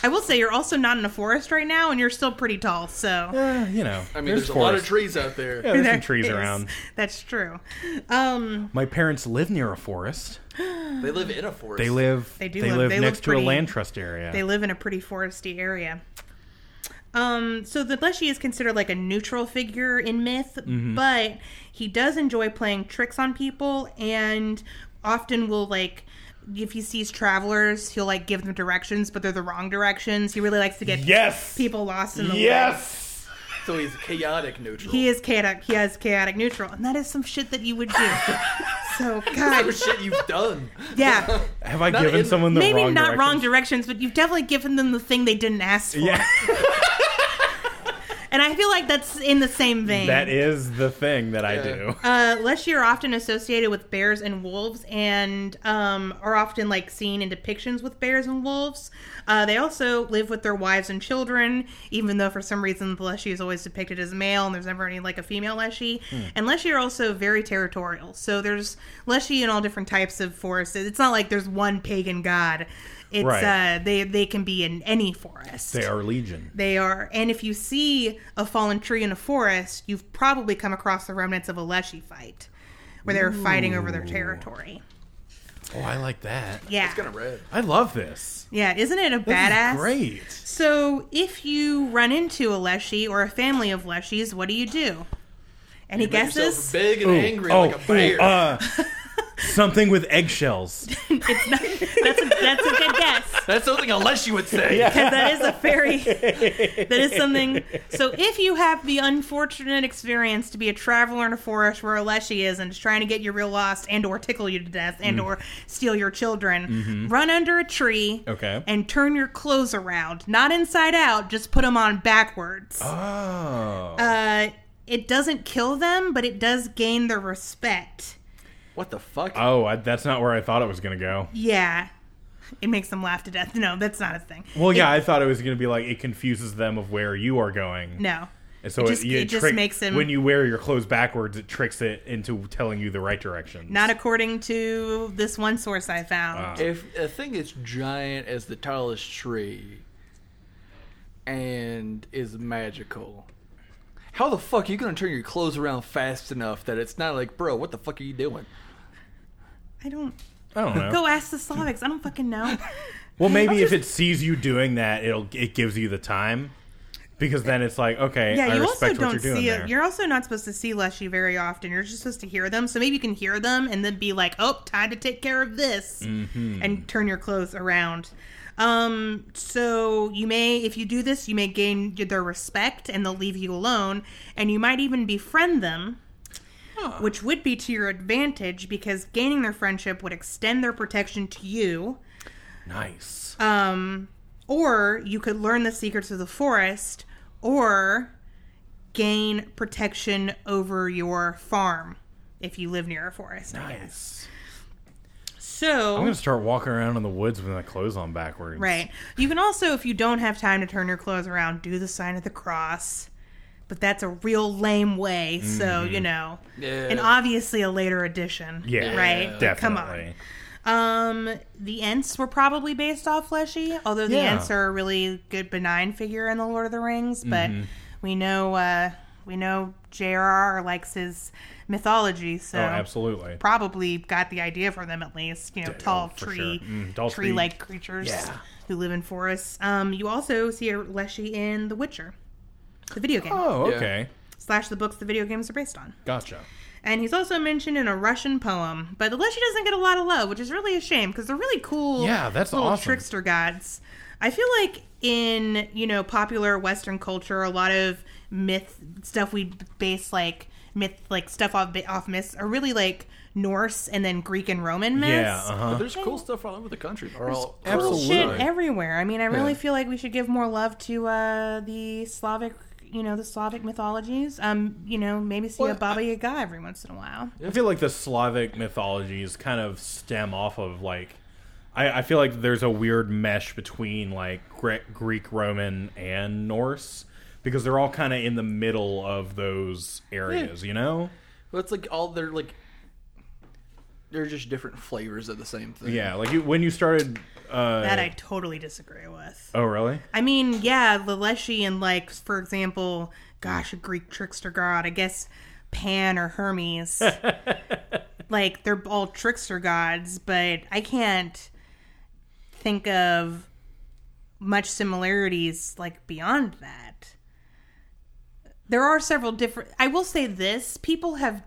I will say you're also not in a forest right now and you're still pretty tall, so.
Uh, you know.
I mean, there's, a lot of
forest.
trees out there.
Yeah, there's
There
some trees
is.
around.
That's true. Um,
My parents live near a forest.
They live in a forest.
They live.
They
They
do
They
live-
live,
they live
next to
pretty-
a land trust area.
they live in a pretty foresty area. Um, so the Leshy is considered like a neutral figure in myth,
Mm-hmm.
but he does enjoy playing tricks on people and often will like if he sees travelers, he'll like give them directions, but they're the wrong directions. He really likes to get
yes.
people lost in the woods.
Yes.
So he's chaotic neutral.
He is chaotic. He has chaotic neutral, and that is some shit that you would do. so
Oh,
God,
shit, you've done.
yeah,
Have I
Not
given
in-
someone the
maybe
wrong
not
direction?
wrong directions, but you've definitely given them the thing they didn't ask for.
Yeah,
And I feel like that's in the same vein.
that is the thing that I
Yeah.
do.
Uh, Leshy are often associated with bears and wolves, and um, are often like seen in depictions with bears and wolves. Uh, they also live with their wives and children, even though for some reason the Leshy is always depicted as male, and there's never any like a female Leshy.
Hmm.
And Leshy are also very territorial, so there's Leshy in all different types of forests. It's not like there's one pagan god. It's
Right.
uh, they they can be in any forest.
They are legion.
They are, and if you see a fallen tree in a forest, you've probably come across the remnants of a leshy fight, where they're fighting over their territory.
Oh, I like that.
Yeah,
It's kind of red.
I love this.
yeah, isn't it a
This is
badass?
great.
So if you run into a leshy or a family of leshies, what do you do? Any
Make yourself
guesses?
Big and angry
oh,
like a bear.
ooh, uh, something with eggshells.
That's a, that's a good guess.
That's something unless you would say.
Because that is a very that is something so if you have the unfortunate experience to be a traveler in a forest where a leshy is and is trying to get you real lost and or tickle you to death and or steal your children run under a tree
Okay.
and turn your clothes around not inside out just put them on backwards
Oh.
uh, it doesn't kill them but it does gain their respect
What the fuck?
oh, I, that's not where I thought it was going to go.
yeah it makes them laugh to death no that's not a thing
Well,
It-
yeah, I thought it was going to be like it confuses them of where you are going.
no
And so
It
it,
just-
you
it just
trick-
makes him-
when you wear your clothes backwards, it tricks it into telling you the right direction.
Not according to this one source I found.
If a thing is giant as the tallest tree and is magical, how the fuck are you gonna turn your clothes around fast enough that it's not like, bro, what the fuck are you doing?
I don't
I don't know.
go ask the Slavics. I don't fucking know.
well, maybe if it sees you doing that, it'll it gives you the time because then it's like okay,
Yeah,
I
you also
respect what
don't
you're doing
see
there.
it. You're also not supposed to see Leshy very often. You're just supposed to hear them. So maybe you can hear them and then be like, "Oh, time to take care of this,"
Mm-hmm.
and turn your clothes around. Um, so you may, if you do this, you may gain their respect, and they'll leave you alone, and you might even befriend them. Which would be to your advantage because gaining their friendship would extend their protection to you,
nice.
Um, or you could learn the secrets of the forest, or gain protection over your farm if you live near a forest. I guess.
nice.
So,
I'm gonna start walking around in the woods with my clothes on backwards.
right. You can also, if you don't have time to turn your clothes around, do the sign of the cross. But that's a real lame way, so you know,
Yeah.
and obviously a later edition,
Mm-hmm. Yeah.
right. Like,
Definitely. Oh,
Come on, Um, the Ents were probably based off Fleshy, although the
Yeah.
Ents are a really good benign figure in the Lord of the Rings. But
Mm-hmm.
we know uh, we know J.R.R. likes his mythology, so
Oh, absolutely. oh,
probably got the idea for them at least. You know, tall
for
tree,
sure. Mm, tall tree.
tree-like creatures
Yeah.
who live in forests. Um, you also see a Leshy in The Witcher, the video game
Oh,
Yeah.
okay.
slash the books the video games are based on.
Gotcha.
And he's also mentioned in a Russian poem, but the Leshy doesn't get a lot of love, which is really a shame because they're really cool.
Yeah, that's
little
awesome.
trickster gods. I feel like in you know popular Western culture, a lot of myth stuff we base like myth like stuff off off myths are really like Norse and then Greek and Roman myths.
Yeah. Uh
But
huh.
there's cool stuff all over the country. Or all,
Cool
absolutely.
shit everywhere. I mean, I really feel like we should give more love to uh, the Slavic, you know, the Slavic mythologies. Um, you know, maybe see a
Well,
Baba Yaga every once in a while.
I feel like the Slavic mythologies kind of stem off of like. I, I feel like there's a weird mesh between like Gre- Greek, Roman, and Norse because they're all kind of in the middle of those areas, you know?
But it's like all they're like they're just different flavors of the same thing.
Yeah, like you, when you started. Uh,
That I totally disagree with.
oh, really?
I mean, yeah, the Leshy and like, for example, gosh, a Greek trickster god. I guess Pan or Hermes. like they're all trickster gods, but I can't think of much similarities like beyond that. There are several different. I will say this: people have.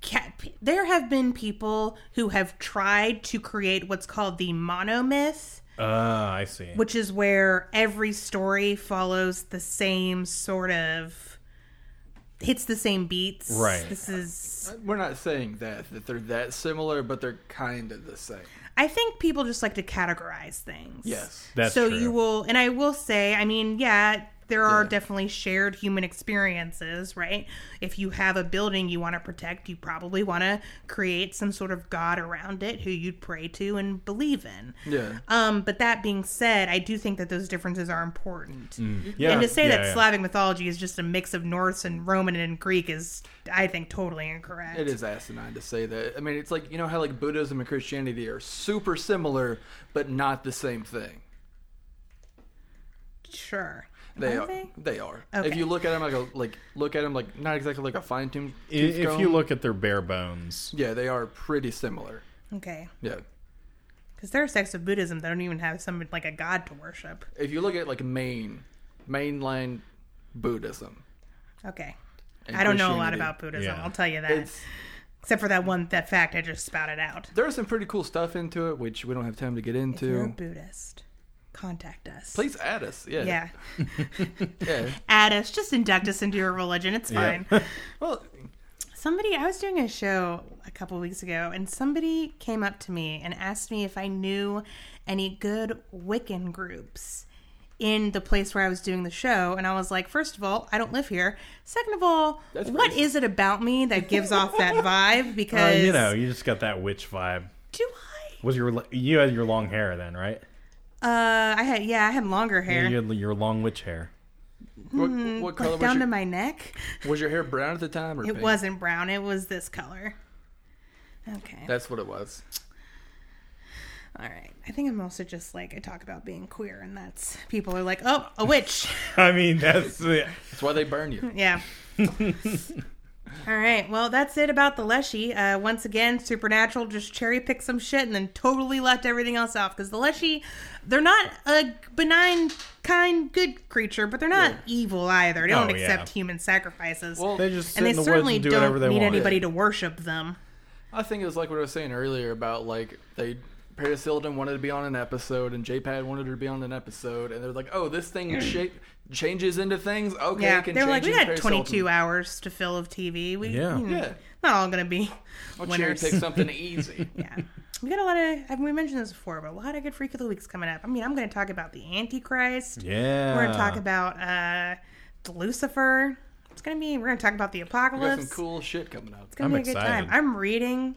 ca- There have been people who have tried to create what's called the monomyth,
Uh, I see.
which is where every story follows the same sort of hits the same beats.
Right.
This is
We're not saying that that they're that similar, but they're kind of the same.
I think people just like to categorize things.
Yes.
That's
so
true.
you will and I will say, I mean, yeah, There are
Yeah.
definitely shared human experiences, right? If you have a building you want to protect, you probably want to create some sort of god around it who you'd pray to and believe in.
Yeah.
Um, but that being said, I do think that those differences are important.
Yeah,
and to say
yeah,
that
yeah.
Slavic mythology is just a mix of Norse and Roman and Greek is, I think, totally incorrect.
It is asinine to say that. I mean, it's like you know how like Buddhism and Christianity are super similar, but not the same thing.
Sure.
They
Are
are.
they?
They are. If
Okay.
you look at them like a like look at them like not exactly like a fine tuned.
I- if you look at their bare bones,
yeah, they are pretty similar.
Okay.
Yeah.
Because there are sects of Buddhism that don't even have some like a god to worship.
If you look at like main mainline Buddhism,
Okay.
and
I don't know a lot
Christianity,
about Buddhism.
Yeah.
I'll tell you that,
It's
except for that one that fact I just spouted out.
there's some pretty cool stuff into it, which we don't have time to get
If you're a
into.
Buddhist, contact us.
Please add us. Yeah.
Yeah.
Yeah.
Add us. Just induct us into your religion. It's fine.
Well,
Somebody, I was doing a show a couple weeks ago, and somebody came up to me and asked me if I knew any good Wiccan groups in the place where I was doing the show. And I was like, first of all, I don't live here. Second of all, what
That's
is
racist.
it about me that gives off that vibe?
Uh,
Because
you know, you just got that witch vibe.
do I?
Was your you had your long hair then, right?
Uh, I had yeah, I had longer hair,
You had your long witch hair.
what, what color was
like down to
your,
my neck.
was your hair? Brown at the time, or
It
pink?
wasn't brown. It was this color. Okay.
That's what it was.
All right. I think I'm also just like I talk about being queer, and that's people are like, oh, a witch.
I mean, that's
That's why they burn you.
yeah. All right. Well, that's it about the Leshy. Uh, once again, Supernatural just cherry picked some shit and then totally left everything else off because the Leshy, they're not a benign, kind, good creature, but they're not evil either. They don't
Oh, yeah.
accept human sacrifices.
Well,
they just sit
and they
in the woods
certainly
and do
don't
whatever they
need
want.
anybody to worship them.
I think it was like what I was saying earlier about like they Paris Hilton wanted to be on an episode and JPad wanted her to be on an episode, and they're like, oh, this thing shape changes into things. Okay,
Yeah,
it can
they're
change
like, we
into
got
Paris
22
Hilton.
hours to fill of TV. We,
Yeah.
you know,
Yeah.
Not all gonna be
I'll cherry
winners.
pick something easy.
yeah, we got a lot of. I mean, we mentioned this before, but a lot of good freak of the weeks coming up. I mean, I'm gonna talk about the Antichrist.
Yeah,
We're gonna talk about uh, Lucifer. It's gonna be. We're gonna talk about the
We got some
apocalypse.
cool shit coming up.
It's gonna
I'm
be a
excited.
good time. I'm reading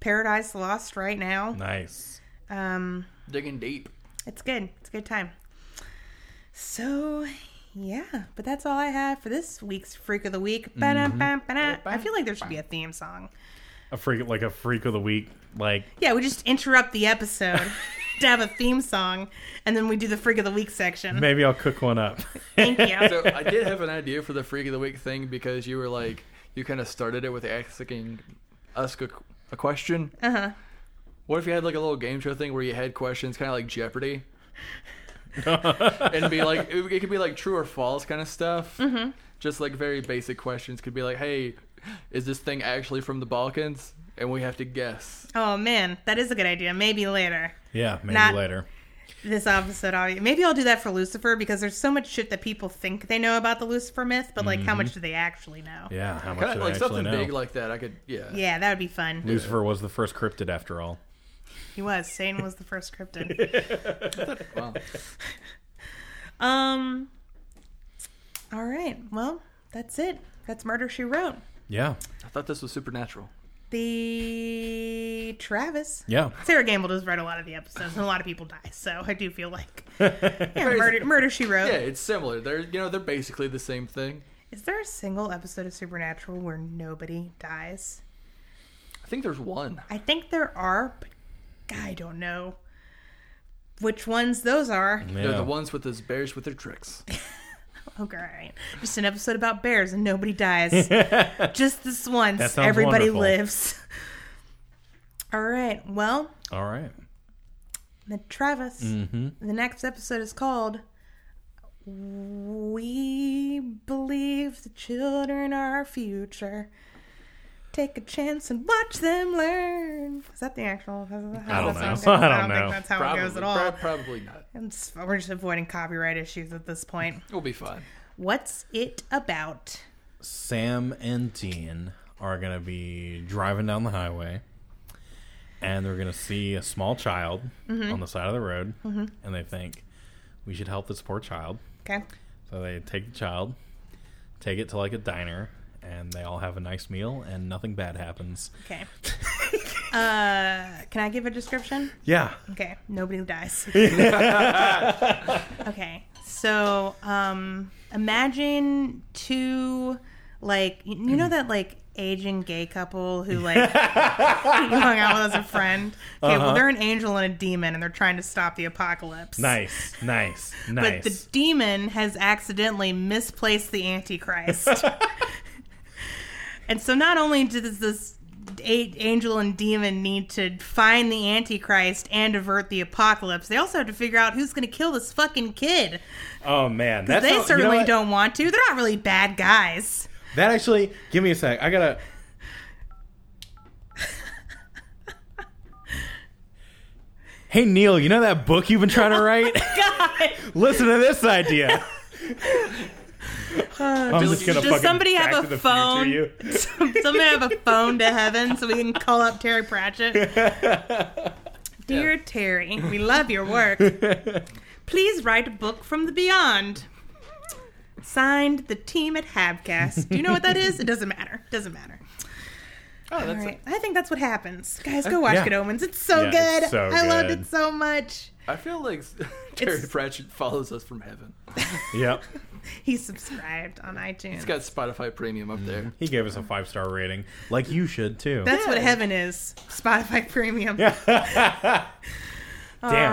Paradise Lost right now.
nice.
Um,
Digging deep.
it's good. It's a good time. So, yeah, but that's all I have for this week's freak of the week.
Mm-hmm.
Ba-da-ba-ba-da. I feel like there should be a theme song.
A freak like a freak of the week. Like
Yeah, we just interrupt the episode to have a theme song, and then we do the freak of the week section.
maybe I'll cook one up.
Thank you.
So I did have an idea for the freak of the week thing because you were like, you kind of started it with asking us a, a question.
Uh huh.
What if you had like a little game show thing where you had questions, kind of like Jeopardy, and be like, it, it could be like true or false kind of stuff. Mm-hmm. Just like very basic questions could be like, hey, is this thing actually from the Balkans? And we have to guess.
Oh man, that is a good idea. Maybe later.
yeah, maybe
Not-
later.
This episode, obvi- maybe I'll do that for Lucifer because there's so much shit that people think they know about the Lucifer myth, but like, how much do they actually know? Yeah,
Yeah, how
Kind
much do
of
they
like
actually
something
know?
big like that. I could, yeah.
that would be fun.
Lucifer was the first cryptid, after all.
He was. Satan was the first krypton.
Wow.
Um. All right. Well, that's it. That's Murder She Wrote.
Yeah,
I thought this was supernatural.
The Travis.
yeah.
Sarah Gamble does write a lot of the episodes, and a lot of people die. So I do feel like yeah, murder, murder she wrote.
Yeah, it's similar. They're, you know, they're basically the same thing.
Is there a single episode of Supernatural where nobody dies?
I think there's one.
I think there are, but I don't know which ones those are.
They're
Yeah.
the ones with those bears with their tricks.
Okay, all right. just an episode about bears and nobody dies. just this
That
once,
sounds
everybody
wonderful.
lives. All right. Well,
All right.
the Travis.
Mm-hmm.
The next episode is called "We Believe the Children Are Our Future." Take a chance and watch them learn. Is that the actual? I don't
don't know.
I
I
don't,
don't know.
think that's how
Probably,
it goes at all.
prob- probably not.
I'm just- we're just avoiding copyright issues at this point.
It'll be fine.
What's it about?
Sam and Dean are going to be driving down the highway and they're going to see a small
Mm-hmm.
child on the side of the road and they think, we should help this poor child.
Okay.
So they take the child, take it to like a diner, and they all have a nice meal, and nothing bad happens.
Okay. uh, can I give a description?
Yeah.
Okay, nobody dies. okay, so um, imagine two, like you you know that like Asian gay couple who like you hung out with as a friend. Okay, well they're an angel and a demon, and they're trying to stop the apocalypse.
Nice, nice,
But
nice.
the demon has accidentally misplaced the Antichrist. and so not only does this a- angel and demon need to find the Antichrist and avert the apocalypse, they also have to figure out who's going to kill this fucking kid.
oh man, that's
they
not- you know
certainly
what?
don't want to. They're not really bad guys.
That actually, give me a sec. I gotta. hey Neil, you know that book you've been trying to write?
God.
Listen to this idea. I'm just gonna
Uh, Does
fucking
somebody
Back
have
to
a
the Future
phone?
you.
somebody have a phone to heaven so we can call up Terry Pratchett. Dear Terry, we love your work. Please write a book from the beyond. Signed the team at Habcast. Do you know what that is? It doesn't matter. Doesn't matter.
Oh,
All
that's
right. I think that's what happens. Guys, go watch
Yeah.
Good Omens. It's so
Yeah,
good.
it's so
I loved
good.
it so much.
I feel like Terry Pratchett follows us from heaven.
Yep.
He subscribed on iTunes.
He's got Spotify Premium up there.
He gave us a five star rating, like you should too.
That's what heaven is. Spotify Premium.
Damn,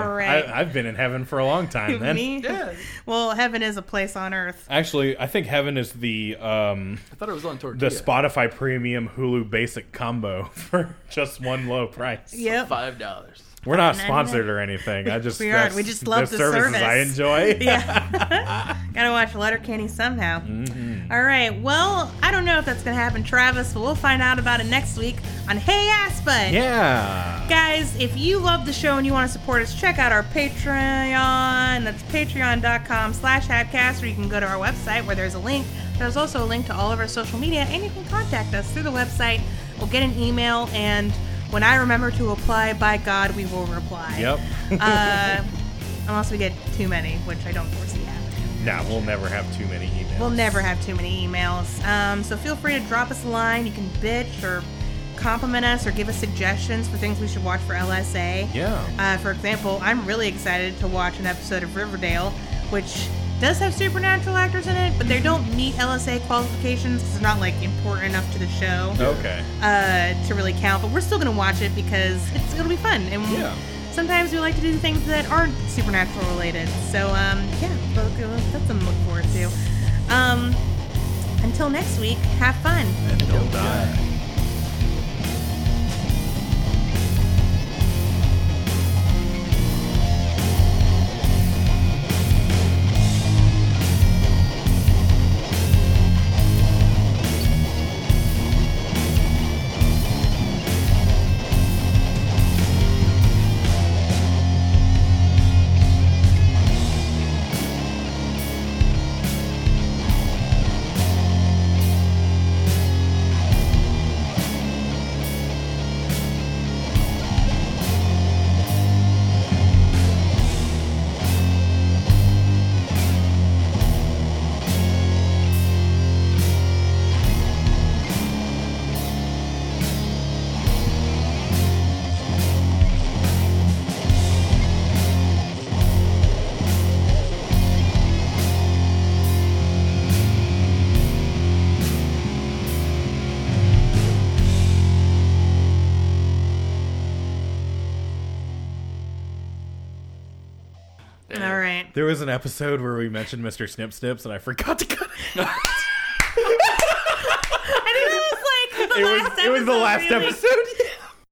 All right.
I, I've been in heaven for a long time. Then,
Me?
Yeah,
Well, heaven is a place on earth.
actually, I think heaven is the um,
I thought it was on
the
tortilla.
Spotify Premium Hulu Basic combo for just one low price.
Yep.
Five dollars.
We're not
Fucking
sponsored or anything. I just
We
that's-
aren't. We just love
that's
the
services
service.
I enjoy.
Yeah. Gotta watch Letterkenny somehow.
Mm-hmm.
All right. Well, I don't know if that's gonna happen, Travis, but we'll find out about it next week on Hey Ass Bud.
Yeah.
Guys, if you love the show and you want to support us, check out our Patreon. That's patreon.com slash habcast, or you can go to our website where there's a link. There's also a link to all of our social media, and you can contact us through the website. We'll get an email, and when I remember to apply, by God, we will reply.
Yep.
uh, unless we get too many, which I don't foresee happening.
Nah, we'll never have too many emails.
We'll never have too many emails. Um, so feel free to drop us a line. You can bitch or compliment us or give us suggestions for things we should watch for LSA.
Yeah.
Uh, for example, I'm really excited to watch an episode of Riverdale, which does have supernatural actors in it, but they don't meet LSA qualifications. 'cause It's not like important enough to the show
Okay.
uh, to really count, but we're still gonna watch it because it's it'll be fun. And
Yeah.
sometimes we like to do things that aren't supernatural related. So um, yeah, but that's something to look forward to. Um, until next week, have fun.
And don't die.
All right.
There was an episode where we mentioned Mr. Snip Snips, and I forgot to cut it.
I think that was like the
It
last
was, it was the last
really.
episode.